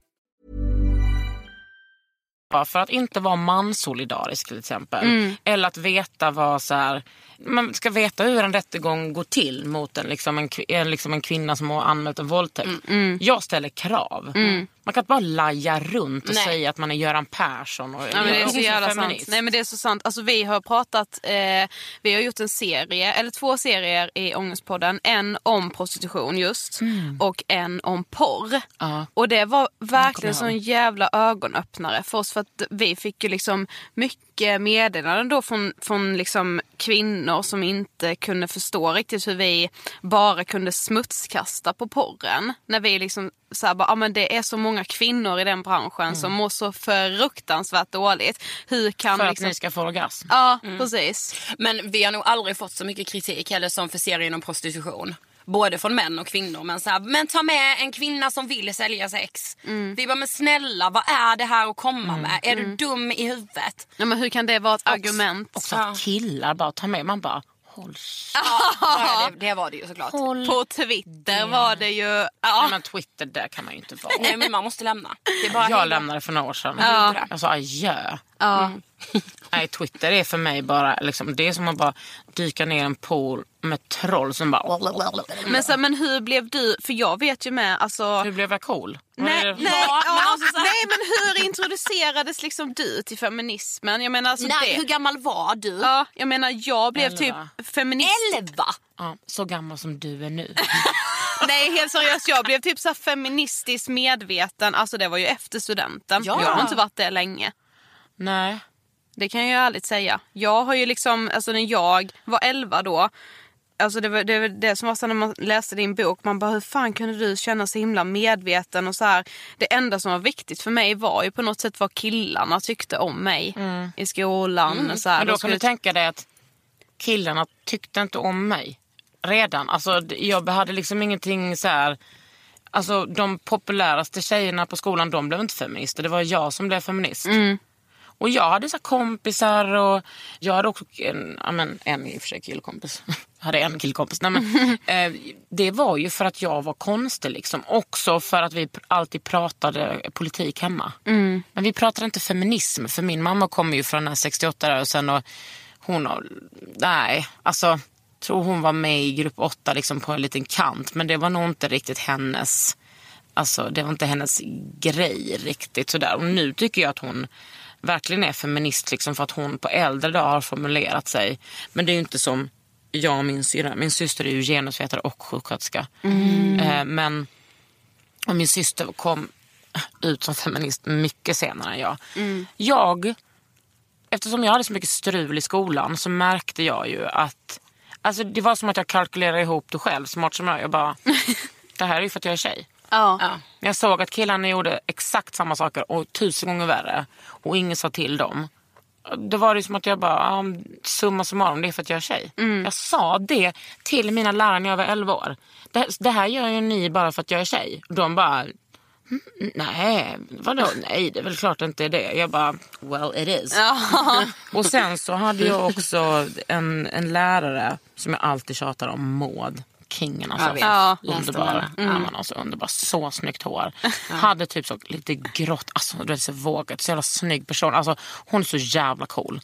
Bara För att inte vara mansolidarisk till exempel.
Mm.
Eller att veta vad så här, man ska veta hur en rättegång går till mot en, liksom en, kvi- en, liksom en kvinna som har anmält en våldtäkt.
Mm,
Jag ställer krav. Man kan inte bara laja runt och
Nej.
säga att man är Göran Persson och
Ja, men det är så jävla sant.
feminist.
Nej, men det är så sant. Alltså, vi har pratat, eh, vi har gjort en serie, eller två serier i Ångestpodden. En om prostitution just och en om porr.
Mm. Ja.
Och det var verkligen
Jag kommer
sån jävla ögonöppnare för oss för att vi fick ju liksom mycket meddelanden då från, från liksom kvinnor som inte kunde förstå riktigt hur vi bara kunde smutskasta på porren. När vi liksom så här bara, ah, men det är så många kvinnor i den branschen
Mm.
som mår så fruktansvärt dåligt. Hur kan
För att
liksom...
ni ska få orgasm.
Ja,
Mm.
precis.
Men vi har nog aldrig fått så mycket kritik heller som för serien om prostitution. Både från män och kvinnor. Men, så här, men ta med en kvinna som vill sälja sex. Vi bara, men snälla vad är det här att komma med? Är du dum i huvudet?
Ja, men hur kan det vara ett argument?
Också att killar bara tar med. Man bara håll käften.
Ja, det, det var det ju såklart.
På Twitter var det ju... Ja.
Nej, men Twitter där kan man ju inte vara.
Nej men man måste lämna. Det är bara
Jag lämnade för några år sedan. Jag sa adjö. Mm. Nej, Twitter är för mig bara, liksom, det är som att bara dyka ner i en pool med troll som bara...
Men, så, här, men hur blev du... För jag vet ju med... Alltså,
Hur blev jag cool? Vad
Nej,
är det-
nej, ja, nej, men hur introducerades liksom du till feminismen? Jag menar, alltså
Nej,
det,
hur gammal var du?
ja, jag, menar jag blev
Elva.
typ feminist.
Elva!
Ja, så gammal som du är nu.
Nej, helt seriöst, jag blev typ så här feministiskt medveten. Alltså det var ju efter studenten.
Ja.
Jag har inte varit det länge.
nej.
Det kan jag ju ärligt säga. Jag har ju liksom, alltså när jag var 11 då. Alltså det var det, var det som var så när man läste din bok. Man bara hur fan kunde du känna så himla medveten och så här. Det enda som var viktigt för mig var ju på något sätt vad killarna tyckte om mig. I skolan och så här.
Mm. Men då
De
kan du
skulle-
tänka dig att killarna tyckte inte om mig redan. Alltså, d- jag hade liksom ingenting så här... Alltså, de populäraste tjejerna på skolan de blev inte feminister. Det var jag som blev feminist. Och jag hade så här kompisar och jag hade också en, ja, men, en i och för sig killkompis. Jag hade en killkompis. Nej, men, eh, det var ju för att jag var konstig liksom. Också för att vi pr- alltid pratade politik hemma. Men vi pratade inte feminism för min mamma kommer ju från den här 68-rörelsen och hon har, nej, alltså tror hon var med i grupp 8 liksom på en liten kant men det var nog inte riktigt hennes Alltså det var inte hennes grej riktigt sådär. Och nu tycker jag att hon verkligen är feminist liksom för att hon på äldre dagar har formulerat sig. Men det är ju inte som jag och min syrra. Min syster är ju genusvetare och sjuksköterska. Eh, men och min syster kom ut som feminist mycket senare än jag. Jag, eftersom jag hade så mycket strul i skolan så märkte jag ju att Alltså det var som att jag kalkylerade ihop det själv, smart som jag är. Jag bara, det här är ju för att jag är tjej.
Ja.
Jag såg att killarna gjorde exakt samma saker och tusen gånger värre och ingen sa till dem. Då var det ju som att jag bara, ah, summa summarum, det är för att jag är tjej. Jag sa det till mina lärare när jag var 11 år. Det, det här gör ju ni bara för att jag är tjej. De bara, "Mm, nej, vadå, nej det är väl klart det inte är det. Jag bara, well it is. Och sen så hade jag också en, en lärare som jag alltid tjatar om, Maud. Kingen alltså.
Jag vet. Mm.
Ja,
underbar. Ja, men alltså, underbar. Så snyggt hår. Hade typ så lite grått, alltså, du vet, så vågat. Så jävla snygg person. Alltså, hon är så jävla cool.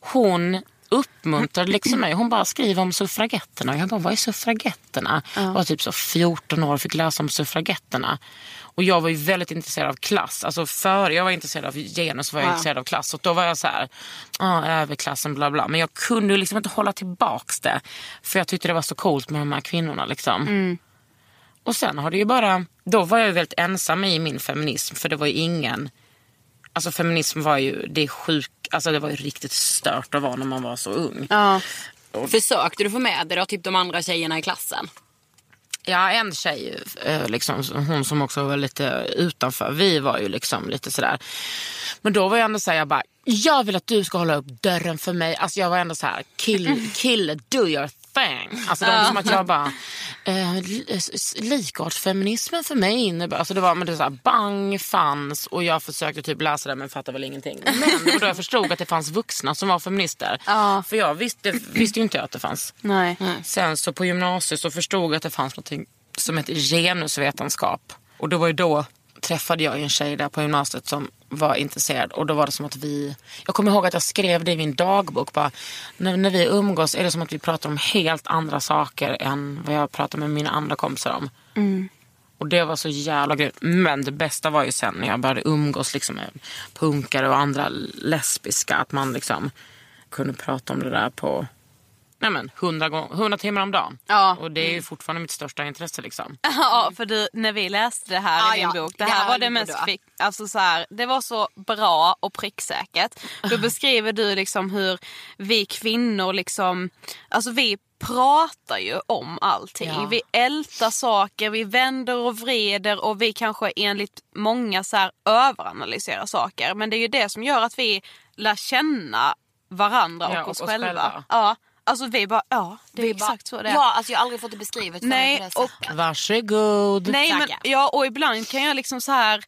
Hon uppmuntrade liksom mig. Hon bara skriver om suffragetterna. Och Jag bara, vad är suffragetterna? Jag var typ så 14 år och fick läsa om suffragetterna. Och jag var ju väldigt intresserad av klass. Alltså före jag var intresserad av genus var jag intresserad av klass. Och då var jag så här, ah, överklassen bla bla. Men jag kunde ju liksom inte hålla tillbaks det. För jag tyckte det var så coolt med de här kvinnorna liksom. Och sen har det ju bara, då var jag ju väldigt ensam i min feminism. För det var ju ingen Alltså feminism var ju, det är sjuk, alltså det var ju riktigt stört att vara när man var så ung.
Ja.
Försökte du få med dig då, typ de andra tjejerna i klassen?
Ja, en tjej, eh, liksom, hon som också var lite utanför, vi var ju liksom lite sådär. Men då var jag ändå såhär, jag bara, jag vill att du ska hålla upp dörren för mig. Alltså jag var ändå så här: kill, kill, do your thing. Alltså det var som att jag bara, eh, li- s- likartsfeminismen för mig innebär, alltså det var, men det var så här, bang fanns och jag försökte typ läsa det men fattade väl ingenting. Men det var då jag förstod att det fanns vuxna som var feminister. För jag visste, visste ju inte jag att det fanns.
Nej.
Sen så på gymnasiet så förstod jag att det fanns något som hette genusvetenskap. Och det var ju då träffade jag ju en tjej där på gymnasiet som var intresserad och då var det som att vi, jag kommer ihåg att jag skrev det i min dagbok bara, när, när vi umgås är det som att vi pratar om helt andra saker än vad jag pratar med mina andra kompisar om. Och det var så jävla grymt. Men det bästa var ju sen när jag började umgås liksom med punkare och andra lesbiska, att man liksom kunde prata om det där på Nej men 100, gång, 100 timmar om dagen.
Ja. Mm.
Och det är ju fortfarande mitt största intresse liksom.
Ja, för du, när vi läste det här
Ah,
i din
ja.
bok, det
Det
här
här
var
höll
det
på
mest
då.
fick, alltså så här, det var så bra och pricksäkert. Då beskriver du liksom hur vi kvinnor liksom, alltså vi pratar ju om allting.
Ja.
Vi ältar saker, vi vänder och vrider och vi kanske enligt många så här överanalyserar saker. Men det är ju det som gör att vi lär känna varandra
Ja,
och, oss,
och oss
själva.
själva.
Ja, alltså vi bara, ja det är exakt så det är.
Ja, alltså jag har aldrig fått det beskrivet för mig på
Nej,
det
och
sättet.
Varsågod.
Ah. Nej, men,
Tagga.
ja, och ibland kan jag liksom så här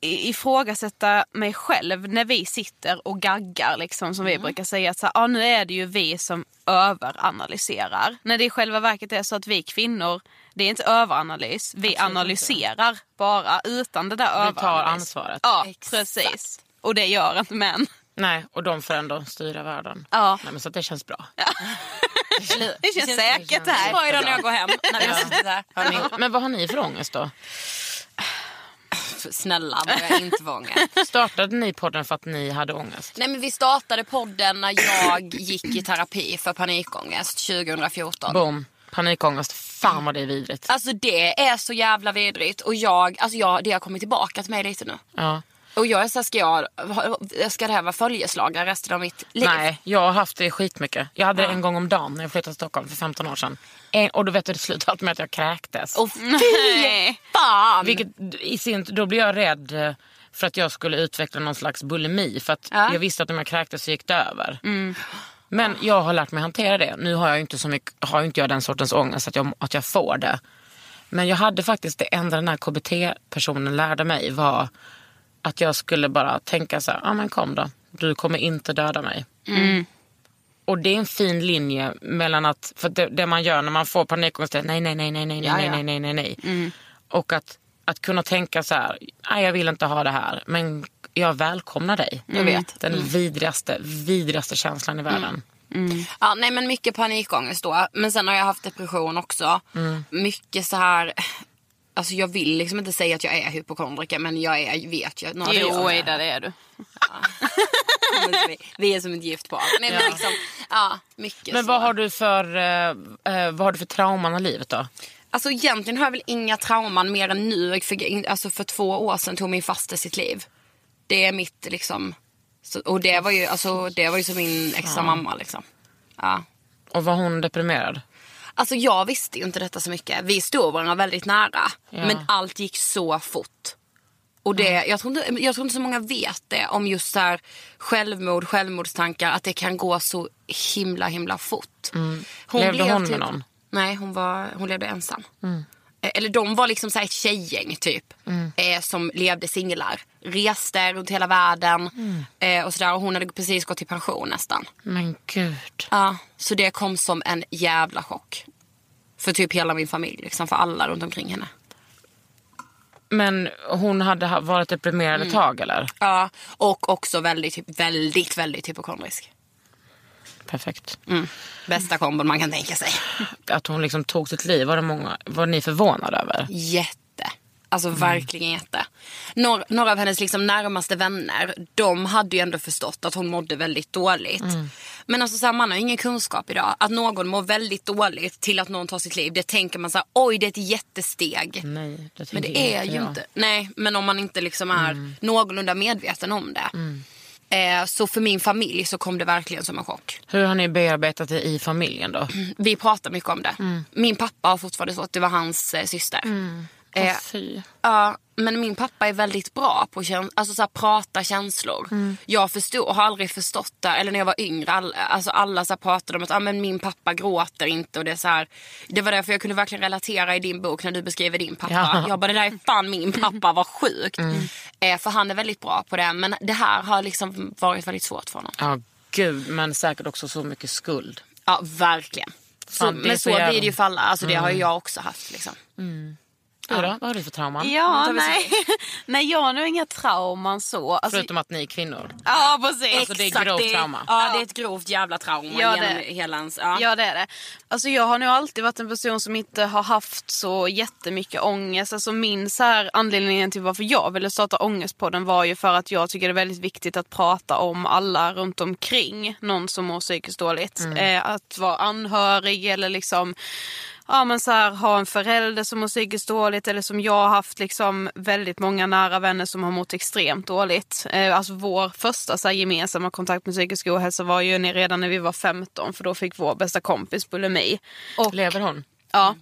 i- ifrågasätta mig själv när vi sitter och gaggar liksom som vi
Mm.
brukar säga att så här, ah, nu är det ju vi som överanalyserar. När det i själva verket är så att vi kvinnor, det är inte överanalys, vi analyserar bara utan det där
Vi tar
överanalys.
ansvaret.
Ja,
Exakt.
precis. Och det gör inte män.
Nej, och de får ändå styra världen.
Ja.
Nej, men så att det känns bra.
Det känns säkert
det
här.
känns-
Varje dag när jag går hem. När vi sitter där.
Har ni, men vad har ni för ångest då?
Snälla, börja inte vara ångest.
Startade ni podden för att ni hade ångest?
Nej men vi startade podden när jag gick i terapi för panikångest 2014.
Boom. Panikångest. Fan vad det är vidrigt.
Alltså det är så jävla vidrigt och jag, alltså jag, det har kommit tillbaka till mig lite nu.
Ja.
Och jag är såhär, ska, jag, ska det här vara följeslagare resten av mitt liv?
Nej, jag har haft det skitmycket. Jag hade det en gång om dagen när jag flyttade till Stockholm för 15 år sedan. En, och då vet du, det slutade alltid med att jag kräktes.
Och fy fan!
Vilket i sin, då blev jag rädd eh, för att jag skulle utveckla någon slags bulimi. För att jag visste att om jag kräktes så gick det över. Men jag har lärt mig hantera det. Nu har jag ju inte, så mycket, har ju inte jag den sortens ångest att jag, att jag får det. Men jag hade faktiskt, det enda den här KBT-personen lärde mig var att jag skulle bara tänka så här, ja ah, men kom då, du kommer inte döda mig. Och det är en fin linje mellan att, för det, det man gör när man får panikångest är nej, nej, nej, nej, nej, nej, nej, nej, nej, nej, nej. Och att, att kunna tänka så här, nej jag vill inte ha det här, men jag välkomnar dig. Jag vet. Mm. Den vidrigaste, vidrigaste känslan i världen.
Ja, nej men mycket panikångest då. Men sen har jag haft depression också.
Mm.
Mycket så här... Alltså jag vill liksom inte säga att jag är hypokondriker men jag är, vet ju några
Jo,
gör
Ida, det är du.
Men vi, vi är som ett gift par. Nej, men liksom, ja, mycket
Men
så.
vad har du för, eh, eh, vad har du för trauman i livet då?
Alltså egentligen har jag väl inga trauman mer än nu. För, alltså för två år sedan tog min faste sitt liv. Det är mitt liksom. Så, och det var ju, alltså, det var ju som min extra mamma liksom. Ja.
Och var hon deprimerad?
Alltså jag visste ju inte detta så mycket. Vi stod varandra väldigt nära.
Ja.
Men allt gick så fort. Och det, jag, tror inte, jag tror inte så många vet det om just så här, självmord, självmordstankar. Att det kan gå så himla himla fort.
Levde
blev typ-
hon med någon?
Nej, hon, var, hon levde ensam. Eh, Eller de var liksom så här ett tjejgäng typ. Eh, som levde singlar. Reste runt hela världen. Eh, och, så där, och hon hade precis gått i pension nästan.
Men gud.
Ja, så det kom som en jävla chock. För typ hela min familj, liksom, för alla runt omkring henne.
Men hon hade ha- varit deprimerad ett tag eller?
Ja, och också väldigt, typ, väldigt, väldigt hypokondrisk.
Perfekt.
Mm. Bästa kombon man kan tänka sig.
Att hon liksom tog sitt liv, var, det många, var ni förvånade över?
Jätte. Alltså verkligen jätte. Några, några av hennes liksom närmaste vänner, de hade ju ändå förstått att hon mådde väldigt dåligt. Men alltså så här, man har ingen kunskap idag. Att någon mår väldigt dåligt till att någon tar sitt liv, det tänker man så här, oj det är ett jättesteg.
Nej, det
men
tänker
det är
inte
ju
jag.
inte, nej men om man inte liksom är någorlunda medveten om det. Eh, så för min familj så kom det verkligen som en chock.
Hur har ni bearbetat det i familjen då?
Vi pratar mycket om det.
Mm.
Min pappa har fortfarande svårt, det var hans eh, syster. Eh,
Fy.
Ja, men min pappa är väldigt bra på käns- alltså, så här, prata känslor.
Mm.
Jag förstår, har aldrig förstått det. Eller när jag var yngre, all, alltså, alla så här, pratade om att ah, men min pappa gråter inte. Och det, är så här, det var därför jag kunde verkligen relatera i din bok när du beskriver din pappa.
Ja.
Jag bara, det där är fan min pappa, vad sjukt.
Mm.
Eh, för han är väldigt bra på det. Men det här har liksom varit väldigt svårt för honom.
Ja, gud. Men säkert också så mycket skuld.
Ja, verkligen. Så,
Fan, det är
men
så
så,
jävla- Mm.
blir det ju för alla. Alltså, det har ju jag också haft. Liksom.
Du då? Vad har du för trauman?
Ja, nej. nej, jag har nog inga trauman så. Alltså,
Förutom att ni är kvinnor.
ja, precis.
Alltså, det är grovt trauma.
Ja, det är ett grovt jävla trauma.
Ja, det
genom
är det.
hela ens, ja.
Ja det är det. Alltså jag har nog alltid varit en person som inte har haft så jättemycket ångest. Alltså min så här anledningen till varför jag ville starta Ångestpodden var ju för att jag tycker det är väldigt viktigt att prata om alla runt omkring någon som mår psykiskt dåligt. Eh, att vara anhörig eller liksom ja, men så här, ha en förälder som mår psykiskt dåligt eller som jag har haft liksom väldigt många nära vänner som har mått extremt dåligt. Eh, alltså vår första så här, gemensamma kontakt med psykisk ohälsa var ju när- redan när vi var 15 för då fick vår bästa kompis bulimi. Och,
Lever hon?
ja,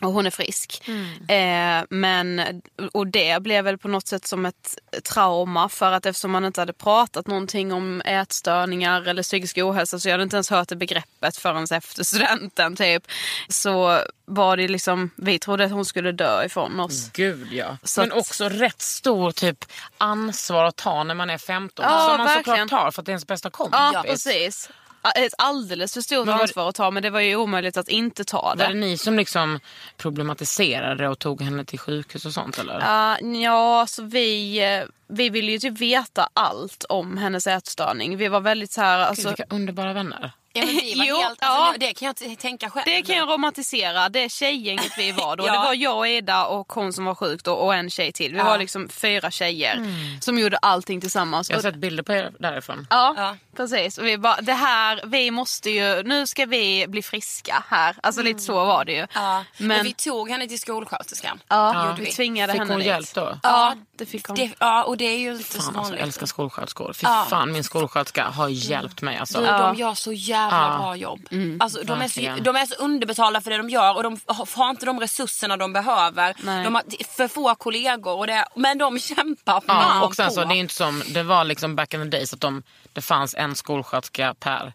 Mm.
och hon är frisk. Eh, men, och det blev väl på något sätt som ett trauma för att eftersom man inte hade pratat någonting om ätstörningar eller psykisk ohälsa så jag hade inte ens hört det begreppet förrän efter studenten typ. Så var det liksom, vi trodde att hon skulle dö ifrån oss.
Mm.
Gud ja.
Så
men
att-
också rätt stor typ ansvar att ta när man är 15.
Ja,
som man
verkligen.
såklart tar för att det är ens bästa kompis.
Ja, precis. Ett alldeles för stort
Men var-
ansvar att ta men det var ju omöjligt att inte ta
Var det
det.
ni som liksom problematiserade och tog henne till sjukhus och sånt eller?
Uh, ja, så vi, eh, vi ville ju typ veta allt om hennes ätstörning. Vi var väldigt så här,
Gud,
alltså,
vilka underbara vänner.
Ja, men vi var
Jo,
helt,
ja.
alltså, det- Det kan jag t- tänka själv.
Det kan jag romantisera. Det tjejgänget vi var då.
Ja.
Det var jag, Eda och hon som var sjuk då, och en tjej till. Vi var liksom fyra tjejer
Mm.
som gjorde allting tillsammans.
Jag har
Och-
sett bilder på er därifrån.
Ja,
Ja.
precis. Och vi bara, det här, vi måste ju, nu ska vi bli friska här. Alltså lite så var det ju.
Mm. Ja. Men...
Men,
vi tog henne till skolsköterskan.
ja,
gjorde
vi
vi.
tvingade
Fick
henne
hon
dit.
hjälp då?
Ja, det fick hon.
Det, ja, och det är ju inte så
Fan, alltså,
vanligt.
jag älskar skolsköterskor. Fy fan, min skolsköterska har hjälpt mig. Alltså.
Du, De gör så jävla bra jobb.
Mm,
alltså, de, är så,
verkligen.
de är så underbetalda för det de gör och de har har inte de resurserna de behöver.
Nej.
De har t- för få kollegor och det, men de kämpar fan
Ja, och sen så,
på.
det är inte som, det var liksom back in the days att de, det fanns en skolsköterska per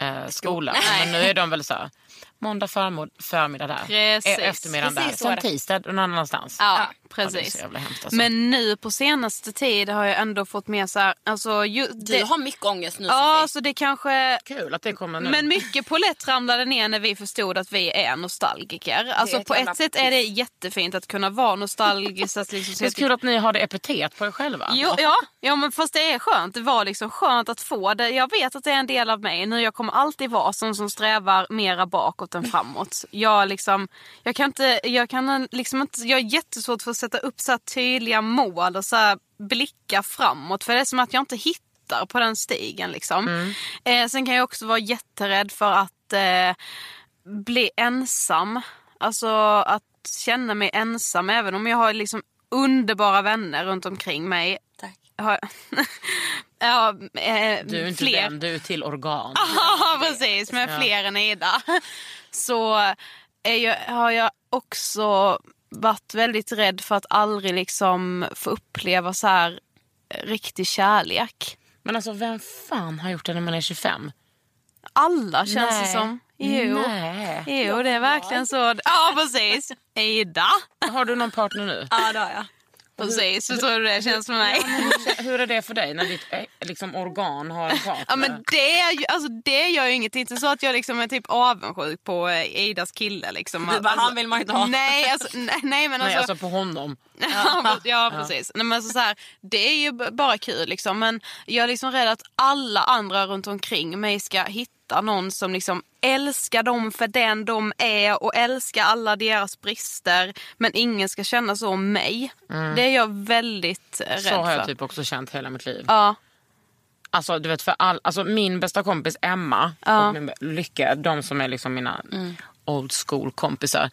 eh, skola. Men nu är de väl så här, måndag förmiddag, förmiddag där,
Precis.
e- eftermiddagen
Precis så
där,
är det.
sen tisdag någon annanstans.
Ja,
Ja, det är
precis.
så jävla hemskt alltså.
Men nu på senaste tid har jag ändå fått med så här, alltså ju,
Du
det,
har mycket ångest nu
Ja,
Sofie.
så det kanske
Kul att det kommer nu.
Men mycket polett ramlade ner när vi förstod att vi är nostalgiker. Alltså
ett
på
jävla
ett sätt är det jättefint att kunna vara nostalgisk. att liksom,
det är så kul att ni har det epitet på er själva. Alltså,
Jo, ja, ja, men fast det är skönt. Det var liksom skönt att få det. Jag vet att det är en del av mig nu. Jag kommer alltid vara sån som strävar mera bakåt än framåt. Jag, liksom, jag kan inte, jag kan liksom inte, jag har jättesvårt för att sätta upp så här tydliga mål och så här blicka framåt. För det är som att jag inte hittar på den stigen liksom.
Mm.
Eh, sen kan jag också vara jätterädd för att eh, bli ensam. Alltså att känna mig ensam även om jag har liksom underbara vänner runt omkring mig.
Tack.
Har... ja, eh,
Du är inte
fler. Ah.
vän, du är till organ.
Ja, precis. Men fler än Ida. Så är jag, har jag också varit väldigt rädd för att aldrig liksom få uppleva så här
eh,
riktig kärlek.
Men alltså vem fan har gjort det när man är 25?
Alla känns det
Nej.
som. Jo.
Nej.
Jo, det är verkligen så. Ja, precis. Ida.
Har du någon partner nu?
Ja, det har jag.
Precis, hur tror du det känns för mig?
Hur är det för dig när ditt eh, liksom, organ har en partner?
Ja, men det, är ju, alltså, det gör ju inget. Det är inte så att jag liksom är typ avundsjuk på eh, Idas kille. Liksom.
Du bara, han vill man inte ha.
Nej, alltså, nej, nej men
Nej,
alltså...
alltså på honom.
ja, ja, precis. Nej, men alltså, så här, det är ju b- bara kul liksom. Men jag är liksom rädd att alla andra runt omkring mig ska hitta
hitta någon som liksom älskar dem för den de är och älskar alla deras brister. Men ingen ska känna så om mig.
Mm.
Det är jag väldigt rädd
Så har
för.
jag typ också känt hela mitt liv.
Ja,
Alltså, du vet, för all, alltså, min bästa kompis Emma och min bä- Lycka, de som är liksom mina old school kompisar.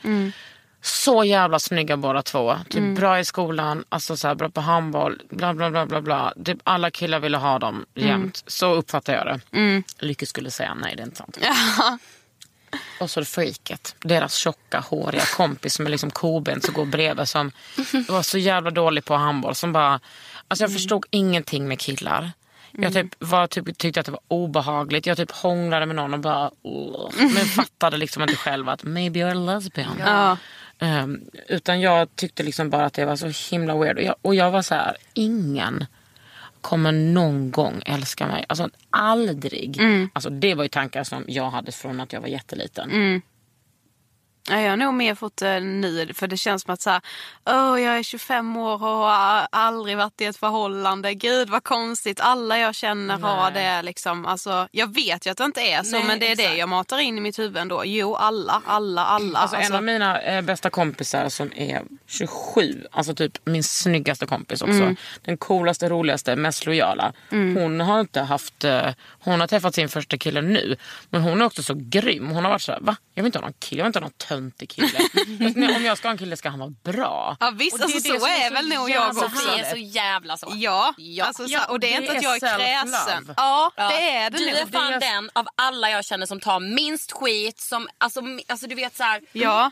Så jävla snygga båda två. Typ Bra i skolan, alltså, så här, bra på handboll, bla bla bla. bla, bla. Typ, alla killar ville ha dem jämt. Så uppfattar jag det. Lycka skulle säga nej, det är inte sant. Och så freaket, deras tjocka håriga kompis som är liksom kobent som går bredvid som var så jävla dålig på handboll som bara, alltså jag förstod ingenting med killar. Jag typ var, typ, tyckte att det var obehagligt. Jag typ hånglade med någon och bara... "Åh." Men fattade liksom inte själv att maybe you're a lesbian. Ehm, utan jag tyckte liksom bara att det var så himla weird. Och jag, och jag var så här, ingen kommer någon gång älska mig. Alltså aldrig. Alltså, det var ju tankar som jag hade från att jag var jätteliten.
Ja, jag har nog mer fått det nu för det känns som att så här, "Åh, jag är 25 år och har aldrig varit i ett förhållande. Gud vad konstigt, alla jag känner har det. Liksom. Alltså, jag vet ju att det inte är så
Nej,
men det är det
exakt.
jag matar in i mitt huvud ändå. Jo alla, alla, alla.
Alltså, en av mina eh, bästa kompisar som är 27, alltså typ min snyggaste kompis också.
Mm.
Den coolaste, roligaste, mest lojala. Hon har inte haft, eh, hon har träffat sin första kille nu. Men hon är också så grym. Hon har varit så här, va? Jag vill inte ha någon kille, jag vill inte ha någon töntig kille. Jag- nej, Om jag ska ha en kille ska han vara bra.
Ja, visst,
Och det är
alltså,
det
så
som
är
så
väl nog jag
jävla
också.
härligt.
Det är så jävla så.
Ja, Alltså, så,
Ja,
och det är
det
inte
är
att jag är
self-love.
kräsen. Ja,
Ja.
det är det
Du
nog.
är fan den av alla jag känner som tar minst skit. Som, alltså, mi- alltså du vet så här,
Ja,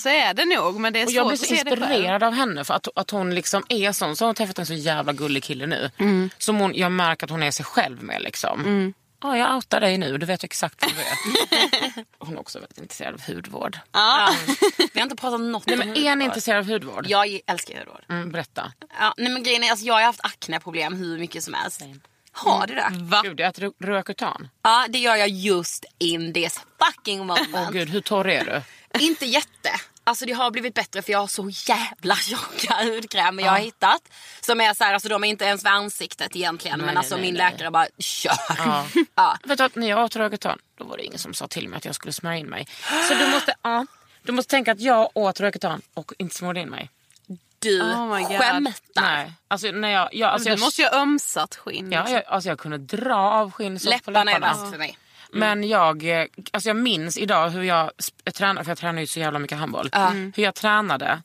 så är det nog men det är
Och
svårt
jag blir
att
så
se det själv.
inspirerad av henne för att, att hon liksom är sån. Så har hon träffat en så jävla gullig kille nu.
Mm.
Som hon, jag märker att hon är sig själv med. Liksom. Ja, jag outar dig nu, du vet ju exakt vem du är. hon är också väldigt intresserad av hudvård.
Ja. Vi har inte pratat något
Nej,
om
men är ni
hudvård.
intresserade av hudvård?
Jag älskar hudvård.
Mm, berätta.
Ja, nej, men grejen är, alltså, jag har ju haft akneproblem hur mycket som helst. Har du det?
Va? Gud, jag äter ro- Roacutan.
Ja, det gör jag just in this fucking moment.
Åh gud, hur torr är du?
Inte jätte. Alltså det har blivit bättre för jag har så jävla tjocka hudkrämer jag har hittat. Som är så här, alltså de är inte ens för ansiktet egentligen. men
nej,
alltså
nej,
min
nej.
läkare bara kör.
Ja.
Ja.
Vet du, att när jag åt Roacutan, då var det ingen som sa till mig att jag skulle smörja in mig. Så du måste, ja, du måste tänka att jag åt Roacutan och inte smörjde in mig.
Du
Oh my God.
skämtar.
Nej, alltså när jag... jag, alltså,
Du
jag
måste ju ha ömsat skinn. liksom.
Ja, jag, alltså jag kunde dra av skinnsås på
Läpparna
läpparna.
är värst för mig.
Men jag, eh, alltså jag minns idag hur jag, sp- jag tränade, för jag tränar ju så jävla mycket handboll. Mm. Hur jag tränade.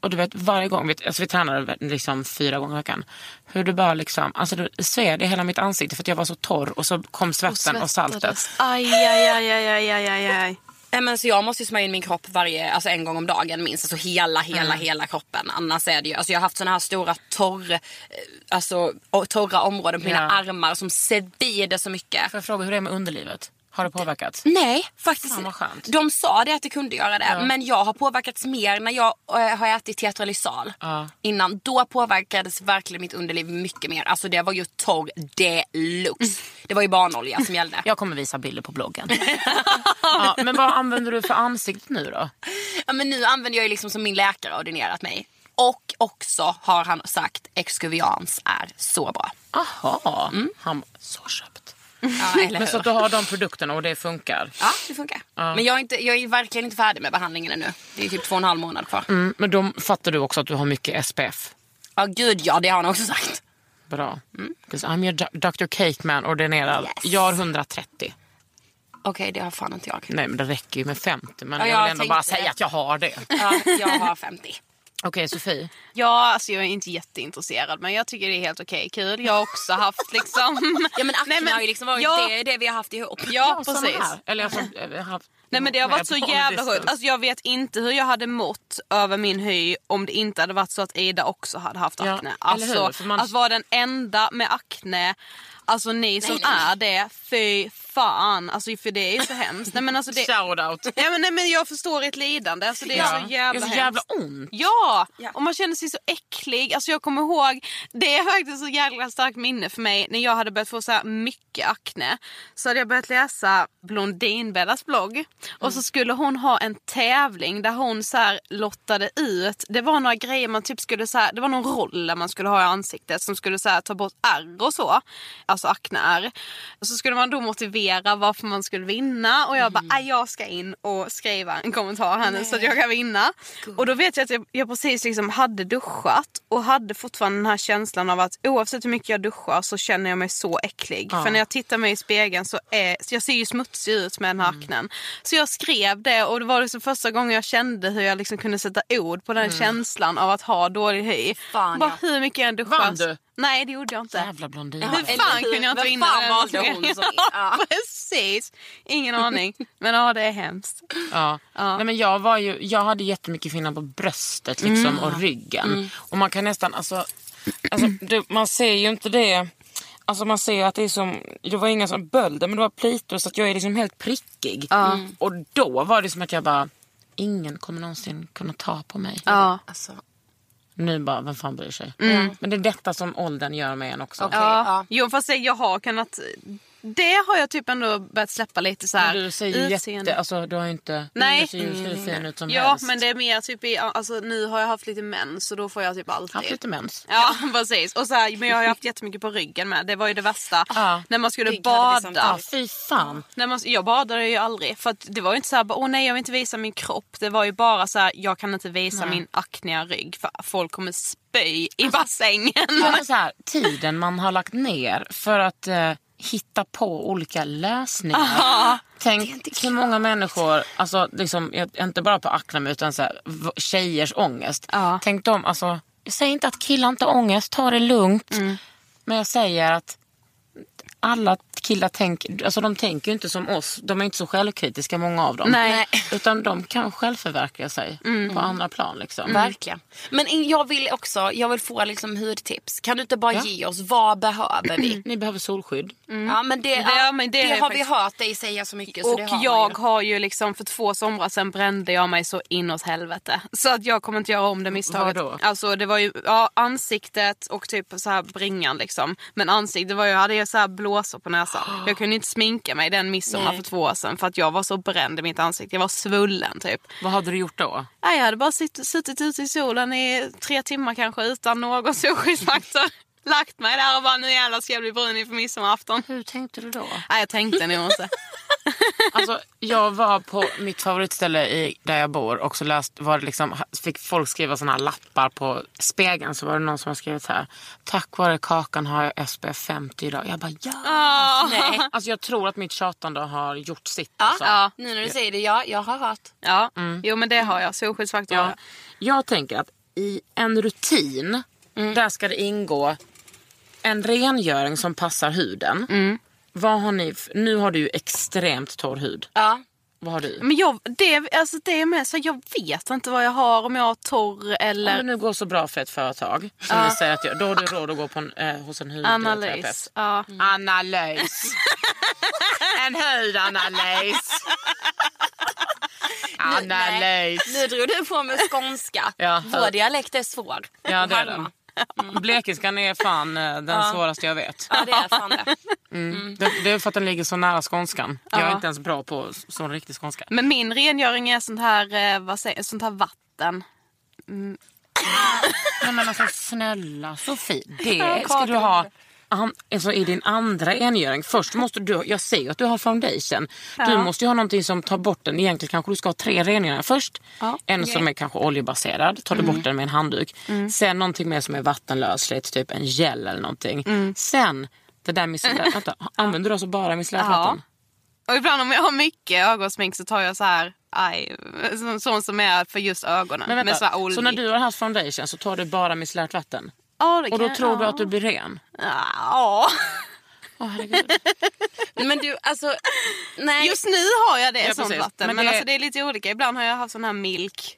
Och du vet varje gång, vi- alltså vi tränade liksom fyra gånger i veckan. Hur det bara liksom, alltså det sved i hela mitt ansikte för att jag var så torr och så kom svetten och, saltet.
Aj, aj, aj, aj, aj, aj, aj, aj.
Nej, Eh, men så jag måste ju smörja in min kropp varje, alltså en gång om dagen minst. Alltså hela, hela,
Mm.
hela kroppen. Annars är det ju, alltså jag har haft såna här stora torr, eh, alltså, o- torra områden på mina
Ja.
armar som svider så mycket.
Får jag fråga hur det är med underlivet? Har det påverkat?
Nej, faktiskt.
Fan, vad skönt.
De sa det att det kunde göra det, men jag har påverkats mer när jag eh, har ätit tetralysal.
Ja.
Innan, då påverkades verkligen mitt underliv mycket mer. Alltså det var ju torr
Mm.
deluxe. Det var ju barnolja som gällde.
Jag kommer visa bilder på bloggen. ja, men vad använder du för ansiktet nu då?
Ja, men nu använder jag ju liksom som min läkare har ordinerat mig. Och också har han sagt exkuvians är så bra.
Aha, han, så köpt.
Ja, eller hur?
Men så att du har de produkterna och det funkar?
Ja, det funkar. Men jag är, inte, jag är verkligen inte färdig med behandlingen ännu. Det är typ två och en halv månad kvar.
Mm, men då fattar du också att du har mycket SPF.
Ja, gud ja, det har han också sagt.
Bra.
Mm.
Because I'm your do- Dr. Cakeman ordinerad.
Yes.
Jag har 130.
Okej, det har fan inte jag.
Nej men det räcker ju med 50 men
Ja,
jag
jag
vill ändå bara
tänkte
säga
det.
att jag har det. Okej
Ja, jag har 50.
Sofie.
Ja, alltså jag är inte jätteintresserad men jag tycker det är helt okej kul. Jag har också haft liksom...
Ja men akne
Nej, men-
har ju liksom varit
ja,
det, det vi har haft ihop.
Ja,
Samma
precis.
här. Eller alltså, jag har haft,
Nej men det har
Nej,
varit så
på
jävla
distans.
sjukt. Alltså jag vet inte hur jag hade mått över min hy om det inte hade varit så att Ida också hade haft
Ja,
akne.
eller hur?
Alltså
För man-
att vara den enda med akne. Alltså ni som är det, fy fan. Alltså för det är ju så hemskt. Nej men alltså det...
Shout out.
Nej men, nej men jag förstår ert lidande. Alltså det är
Ja.
så jävla
det är så
hemskt.
jävla ont.
Ja! och man känner sig så äcklig. Alltså jag kommer ihåg, det är faktiskt så jävla starkt minne för mig när jag hade börjat få så här mycket akne. Så hade jag börjat läsa Blondinbellas blogg. Och så skulle hon ha en tävling där hon så här lottade ut. Det var några grejer man typ skulle så här, det var någon roll där man skulle ha i ansiktet som skulle så här ta bort ärr och så. Alltså akneärr. Och Så skulle man då motivera varför man skulle vinna och jag bara, "Aj, jag ska in och skriva en kommentar här nu så att jag kan vinna. Och då vet jag att jag, jag precis liksom hade duschat och hade fortfarande den här känslan av att oavsett hur mycket jag duschar så känner jag mig så äcklig. För när jag tittar mig i spegeln så är, så jag ser ju smutsig ut med den här aknen. Så jag skrev det och det var liksom första gången jag kände hur jag liksom kunde sätta ord på den känslan av att ha dålig hy.
Fan,
Bara
ja.
hur mycket jag än duschar.
Vann du?
Nej det gjorde jag inte.
Jävla blondin.
Hur
eller
fan
hur?
kunde jag inte
Vem
vinna
fan
den
valde
matchen?
hon som-
Ja, precis. Ingen aning. Men ja, det är hemskt.
Ja. Nej, men jag, var ju, jag hade jättemycket finnar på bröstet liksom,
Mm.
och ryggen. Och man kan nästan, alltså, alltså du, man ser ju inte det. Alltså man ser att det är som, det var inga som bölder men det var plitor så att jag är liksom helt prickig. Mm. Och då var det som att jag bara, ingen kommer någonsin kunna ta på mig.
Ja. Mm.
Alltså, okej,
Nu bara, vem fan bryr sig? Men det är detta som åldern gör med en också.
Ja.
ja.
Jo, fast det- jag har kunnat... Det har jag typ ändå börjat släppa lite så här.
Du ser ju
utseende.
jätte, alltså du har ju inte,
Nej. Mm.
du ser ju hur fin ut som
Ja,
helst.
men det är mer typ i, alltså nu har jag haft lite mens så då får jag typ alltid.
Jag har haft lite mens.
Ja precis. Och så här, men jag har ju haft jättemycket på ryggen med. Det var ju det värsta.
Ja.
När man skulle
Rygg hade vi
bada.
Ja, fy fan.
När man, jag badade ju aldrig. För att det var ju inte så här, bara, åh nej jag vill inte visa min kropp. Det var ju bara så här, jag kan inte visa min akniga rygg för folk kommer spy i bassängen.
Ja, men så här, tiden man har lagt ner för att eh, hitta på olika lösningar. Tänk hur många människor, alltså, liksom, jag- inte bara på akne utan så här, v- tjejers ångest. Tänk dem, alltså, jag säger inte att killar inte har ångest, ta det lugnt. Men jag säger att alla killar tänker, alltså de tänker ju inte som oss. De är inte så självkritiska många av dem.
Nej.
Utan de kan självförverkliga sig på andra plan. Liksom.
Mm.
Verkligen. Men in- jag vill också, jag vill få liksom hudtips. Kan du inte bara
Ja.
ge oss, vad behöver vi?
Ni behöver solskydd.
Ja, men det,
Det- ja, men det har
har
jag faktiskt-
vi hört dig säga så mycket. Så
Och
det har man
jag
ju.
har ju liksom för två somrar sedan brände jag mig så inåt helvete. Så att jag kommer inte göra om det misstaget.
Vadå?
Alltså det var ju ja, ansiktet och typ så här bringan liksom. Men ansiktet var ju, jag hade ju så här blåsor på näsan. Jag kunde inte sminka mig den midsommar för två år sedan för att jag var så bränd i mitt ansikte. Jag var svullen typ.
Vad hade du gjort då?
Nej, jag hade bara sitt, suttit ute i solen i tre timmar kanske utan någon solskyddsfaktor. Lagt mig där och bara nu jävlar ska jag bli brun inför midsommarafton.
Hur tänkte du då?
Nej jag tänkte nog inte.
Alltså, jag var på mitt favoritställe i, där jag bor och så läst, var det liksom, fick folk skriva såna här lappar på spegeln. Så var det någon som har skrivit så här. Tack vare Kakan har jag SPF 50 idag. Jag bara ja.
Nej.
Alltså, jag tror att mitt tjatande har gjort sitt.
Ja,
alltså.
ja. Nu när du säger det, ja, jag har hört. Mm.
Ja, jo men det har jag. Solskyddsfaktor har
Ja.
jag.
Jag tänker att i en rutin, där ska det ingå en rengöring som passar huden. Vad har ni, f- nu har du ju extremt torr hud.
Ja.
Vad har du?
Men jag, det, alltså det är med så jag vet inte vad jag har om jag har torr eller
Om det nu går så bra för ett företag, som vi säger att jag, då har du råd att gå på en, eh, hos en
analys.
hudterapeut.
Ja.
Mm. Analys. en hudanalys. Analys.
Nu drog du på med skånska.
Ja.
Vår dialekt är svår.
Ja, det är den.
Halma.
Blekiskan är fan eh, den svåraste jag vet. Mm.
Ja, det är fan det. Mm.
Det, det är för att den ligger så nära skånskan. Jag är inte ens bra på s- sån riktig skånska.
Men min rengöring är sånt här, eh, vad säger, sånt här vatten.
Nej, men alltså snälla Sofie, det ska du ha an, alltså, i din andra rengöring. Först måste du, jag ser ju att du har foundation. Du måste ju ha någonting som tar bort den. Egentligen kanske du ska ha tre rengöringar först. En som är kanske oljebaserad, tar du bort den med en handduk. Sen någonting mer som är vattenlösligt, typ en gel eller någonting. Sen det där micellärt, vänta, använder du alltså bara micellärt vatten?
Och ibland om jag har mycket ögonsmink så tar jag så här, aj, så- sånt som är för just ögonen.
Men
med så, här
vänta,
olj.
så när du har haft foundation så tar du bara micellärt vatten?
Ja, det
Och då
kan-
tror du
ja.
att du blir ren?
Ja.
Åh, herregud.
Men du, alltså... Nej.
Just nu har jag det
Ja,
sånt
precis.
vatten. Men,
Men
det...
det-
Alltså, det är lite olika. Ibland har jag haft sån här milk.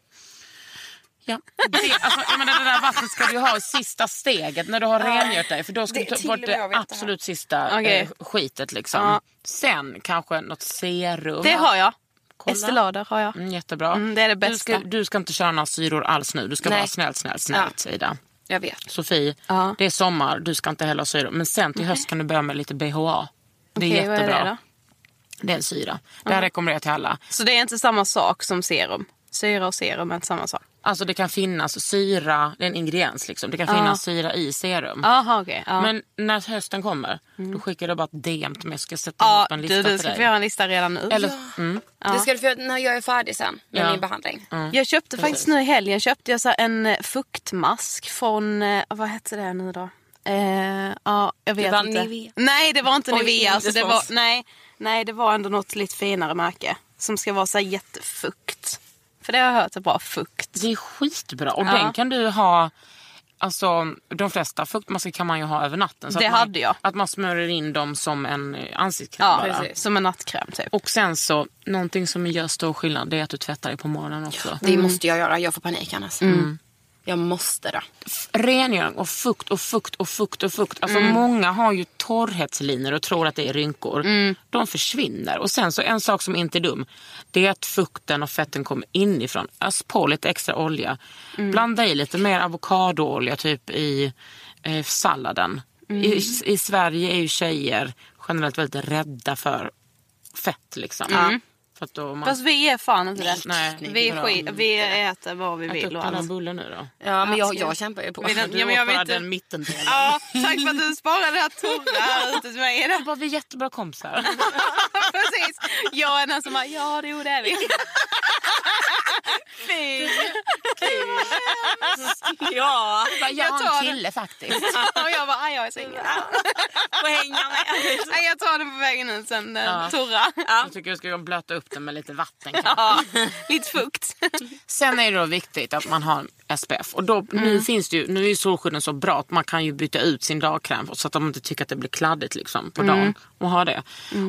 Ja. Det, alltså, jag menar, det där vattnet ska du ha i sista steget när du har rengjort dig. För då ska
Det-
du ta
till
bort
och med jag
det
vet det här.
absolut sista
Okej.
eh, skitet. Liksom.
Ja.
Sen kanske något serum.
Det har jag.
Kolla.
Estée Lauder har jag.
Mm, jättebra.
Mm, det är det
Du
bästa.
ska, du ska inte köra några syror alls nu. Du ska
Nej.
vara snäll, snäll, snällt Ida.
Jag vet.
Sofie,
Ja.
det är sommar. Du ska inte heller ha syror. Men sen till höst kan du börja med lite BHA. Det är
Okej, vad
jättebra.
det då?
Det är en syra. Det här rekommenderar jag till alla.
Så det är inte samma sak som serum. Syra och serum är inte samma sak.
Alltså det kan finnas syra, det är en ingrediens liksom. Det kan finnas syra i serum.
Jaha okej. Ja.
Men när hösten kommer, då skickar du bara ett DM till mig så ska jag sätta
Mm. ja,
ihop en lista
du, du
till
ska
dig.
få göra en lista redan nu.
Eller, mm,
Det ska du få göra när jag är färdig sen med
Ja.
min behandling.
Jag köpte faktiskt nu i helgen köpte jag så här en eh, fuktmask från, eh, vad hette det nu då? Eh, ja, jag vet
var
inte.
Nivea.
Nej det var inte
Oj,
Nivea. Alltså, det var,
respons.
nej, nej det var ändå något lite finare märke. Som ska vara så här jättefukt. För det har jag hört är bra, fukt.
det är skitbra och den kan du ha, alltså de flesta fuktmasker kan man ju ha över natten.
Det
att man,
hade jag.
Att man smörjer in dem som en eh, ansiktskräm
Ja,
bara.
som en nattkräm typ.
Och sen så, någonting som gör stor skillnad det är att du tvättar dig på morgonen också.
Det måste jag göra, jag får panik annars. Jag måste det.
Rengöring och fukt och fukt och fukt och fukt. Alltså många har ju torrhetslinor och tror att det är rynkor. De försvinner. Och sen så en sak som inte är dum. Det är att fukten och fetten kommer inifrån. Ös på lite extra olja. Blanda i lite mer avokadoolja typ i eh, salladen. I, I Sverige är ju tjejer generellt väldigt rädda för fett liksom. För att då man...
Alltså,
Fast vi är fan inte det.
Nej,
vi, är
bra.
skit, vi äter vad vi
Ät upp
vill och
den här
allt.
bullen nu då.
Ja, men jag, jag kämpar ju på.
Vill den-
Du
Ja, men
åt
jag vet
bara
inte.
den mittendelen.
Ja, tack för att du sparade det här torra här ute till mig. Är det-
Bara, vi är jättebra kompisar.
Precis. Jag är den som bara, ja jo det är vi. Fy. Ja.
Bara, jag
tar
har en
den.
kille faktiskt.
Och jag bara, aj jag är singel. Får hänga med. Nej, jag tar den på vägen ut sen, den
Ja.
torra. Ja.
Jag tycker jag ska blöta upp den med lite vatten. kanske.
Ja. Lite fukt.
Sen är det då viktigt att man har SPF. Och då,
Mm.
nu, finns det ju, nu är ju solskydden så bra att man kan ju byta ut sin dagkräm så att de inte tycker att det blir kladdigt liksom,
Mm.
på dagen. Och ha det.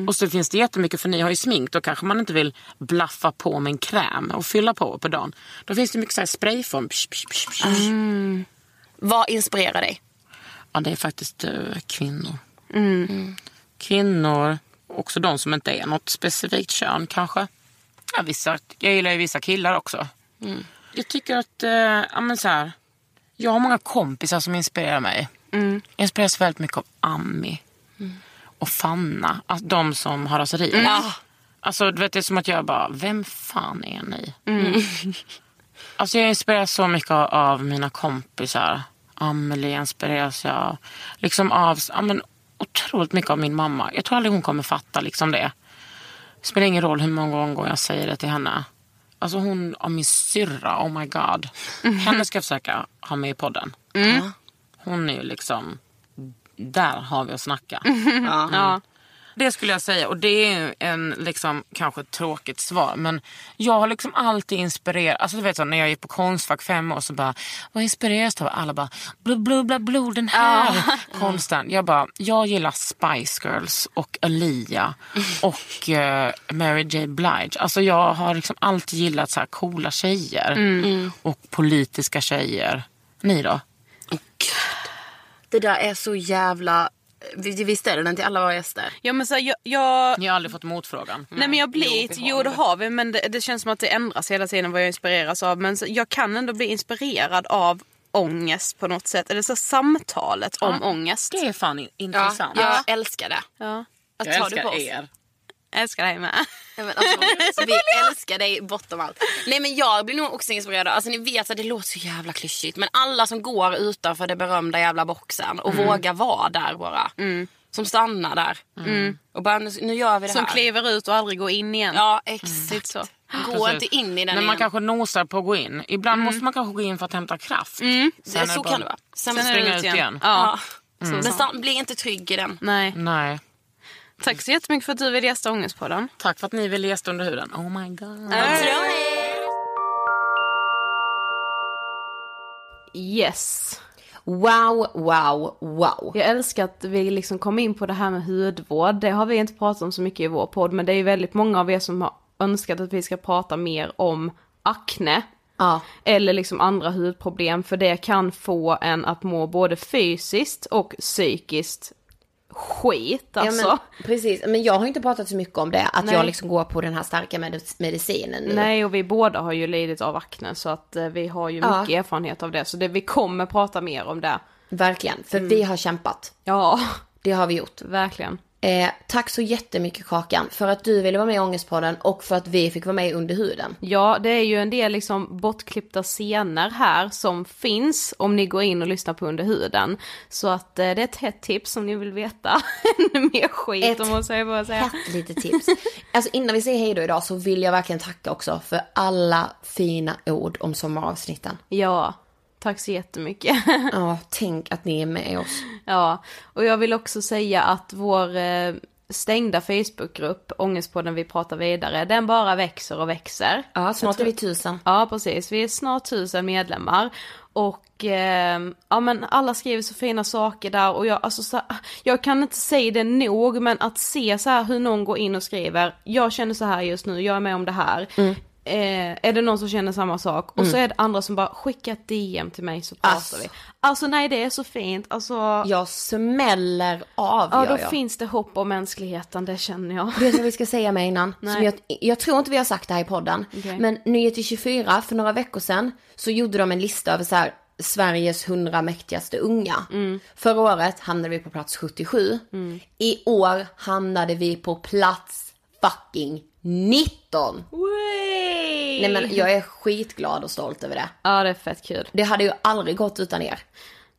Och så finns det jättemycket, för ni har ju smink, då kanske man inte vill blaffa på med en kräm och fylla på på dagen. Då finns det mycket så här sprayform. Psh, psh, psh, psh.
Mm.
Vad inspirerar dig?
Ja, det är faktiskt eh, kvinnor. Mm. Kvinnor, också de som inte är något specifikt kön kanske. Ja, vissa, jag gillar ju vissa killar också. Jag tycker att, eh, ja men så här. Jag har många kompisar som inspirerar mig. Jag inspireras väldigt mycket av Ami Mm. och Fanna. Alltså de som har raserier. Alltså du vet, det är som att jag bara, vem fan är ni? Alltså jag inspireras så mycket av, av mina kompisar. Amelie inspireras jag liksom av ja, men, otroligt mycket av min mamma. Jag tror aldrig hon kommer fatta liksom det. Spelar ingen roll hur många gånger jag säger det till henne. Alltså hon, av min syrra, oh my god. Henne ska jag försöka ha med i podden. Hon är ju liksom, där har vi att snacka. Ja. Det skulle jag säga och det är ju en liksom, kanske ett tråkigt svar men jag har liksom alltid inspirerat, alltså du vet så, när jag gick på konstfack fem år så bara, vad inspireras du av? Alla bara, blu blu bla blu den här konsten. Jag bara, jag gillar Spice Girls och Alia och eh, Mary J Blige. Alltså jag har liksom alltid gillat så här coola tjejer och politiska tjejer. Ni då?
Det där är så jävla... Vi, vi ställer den till alla våra gäster.
Ja men så här, jag, jag,
Mm.
Ni har aldrig fått motfrågan?
Nej men jag blir, jo, det har vi men det, det känns som att det ändras hela tiden vad jag inspireras av. Men så, jag kan ändå bli inspirerad av ångest på något sätt. Eller så samtalet om ångest.
Det är fan in-
Ja,
intressant.
jag älskar det.
Ja.
Att
Jag
ta det på
älskar
oss.
er.
Jag älskar dig med.
Nej, men alltså, vi älskar dig bortom allt. Nej men jag blir nog också inspirerad. Alltså ni vet att det låter så jävla klyschigt. Men alla som går utanför den berömda jävla boxen och
Mm.
vågar vara där bara. Som stannar där. Och bara nu, nu gör vi det
Mm. Som Mm.
här.
kliver ut och aldrig går in igen.
Ja exakt. Gå
Precis.
inte in i den
Men Alltså, man
igen. Mm.
kanske nosar på att gå in. Ibland måste man kanske gå in för att hämta kraft. Sen är
så
bara-
kan Mm, det vara. Sen,
Sen är
springa
det
ut
ut igen.
igen. Mm.
Ja.
ja. Men stan, bli inte trygg i den.
Nej.
Nej.
Tack så jättemycket för att du ville gästa Ångestpodden.
Tack för att ni ville gästa under huden. Oh my god.
Yes.
Wow, wow, wow.
Jag älskar att vi liksom kom in på det här med hudvård. Det har vi inte pratat om så mycket i vår podd, men det är ju väldigt många av er som har önskat att vi ska prata mer om akne.
Ja.
Eller liksom andra hudproblem, för det kan få en att må både fysiskt och psykiskt skit alltså.
Ja, men, precis, men jag har inte pratat så mycket om det, att
Nej.
jag liksom går på den här starka medic- medicinen nu.
Nej och vi båda har ju lidit av akne så att eh, vi har ju
Ja.
mycket erfarenhet av det så det, vi kommer prata mer om det.
Mm. Verkligen, för vi har kämpat.
Ja,
Det har vi gjort.
verkligen.
Eh, tack så jättemycket Kakan för att du ville vara med i Ångestpodden och för att vi fick vara med i Under huden.
Ja, det är ju en del liksom bortklippta scener här som finns om ni går in och lyssnar på Under huden. Så att eh, det är ett hett tips om ni vill veta ännu mer skit
Ett
om vad jag bara säga.
Hett litet tips. Alltså innan vi säger hej då idag så vill jag verkligen tacka också för alla fina ord om sommaravsnitten.
Ja, tack så jättemycket.
Ja, tänk att ni är med oss.
Ja, och jag vill också säga att vår eh, stängda Facebookgrupp, Ångestpodden vi pratar vidare, den bara växer och växer.
Ja, snart är vi tusen.
Ja, precis. Vi är snart tusen medlemmar. Och eh, ja, men alla skriver så fina saker där och jag, alltså, så, jag kan inte säga det nog men att se så här hur någon går in och skriver, jag känner så här just nu, jag är med om det här. Eh, är det någon som känner samma sak? Och så är det andra som bara skicka ett DM till mig så pratar
Alltså.
vi. Alltså nej det är så fint, alltså
Jag smäller av
Ja,
gör
då
jag.
finns det hopp om mänskligheten, det känner jag.
Vet du vad vi ska säga med innan? Som
Nej.
jag, jag tror inte vi har sagt det här i podden.
Okej.
Men Nyheter 24 för några veckor sedan så gjorde de en lista över så här, Sveriges 100 mäktigaste unga.
Mm.
Förra året hamnade vi på plats 77. I år hamnade vi på plats fucking 19. Nej men jag är skitglad och stolt över det.
Ja, det är fett kul.
Det hade ju aldrig gått utan er.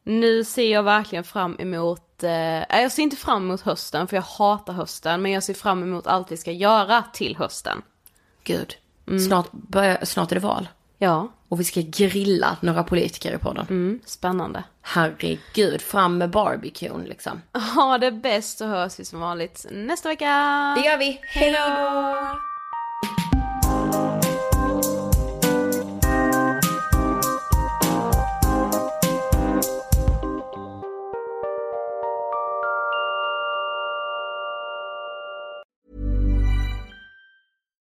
Nu ser jag verkligen fram emot, eh, nej, jag ser inte fram emot hösten för jag hatar hösten, men jag ser fram emot allt vi ska göra till hösten.
Gud, snart, börjar, snart är det val.
Mm. Ja,
Och vi ska grilla några politiker i podden.
mm, spännande.
Herregud, fram med barbecuen liksom.
Ha det bäst så hörs vi som vanligt nästa vecka!
Det gör vi. Hej då!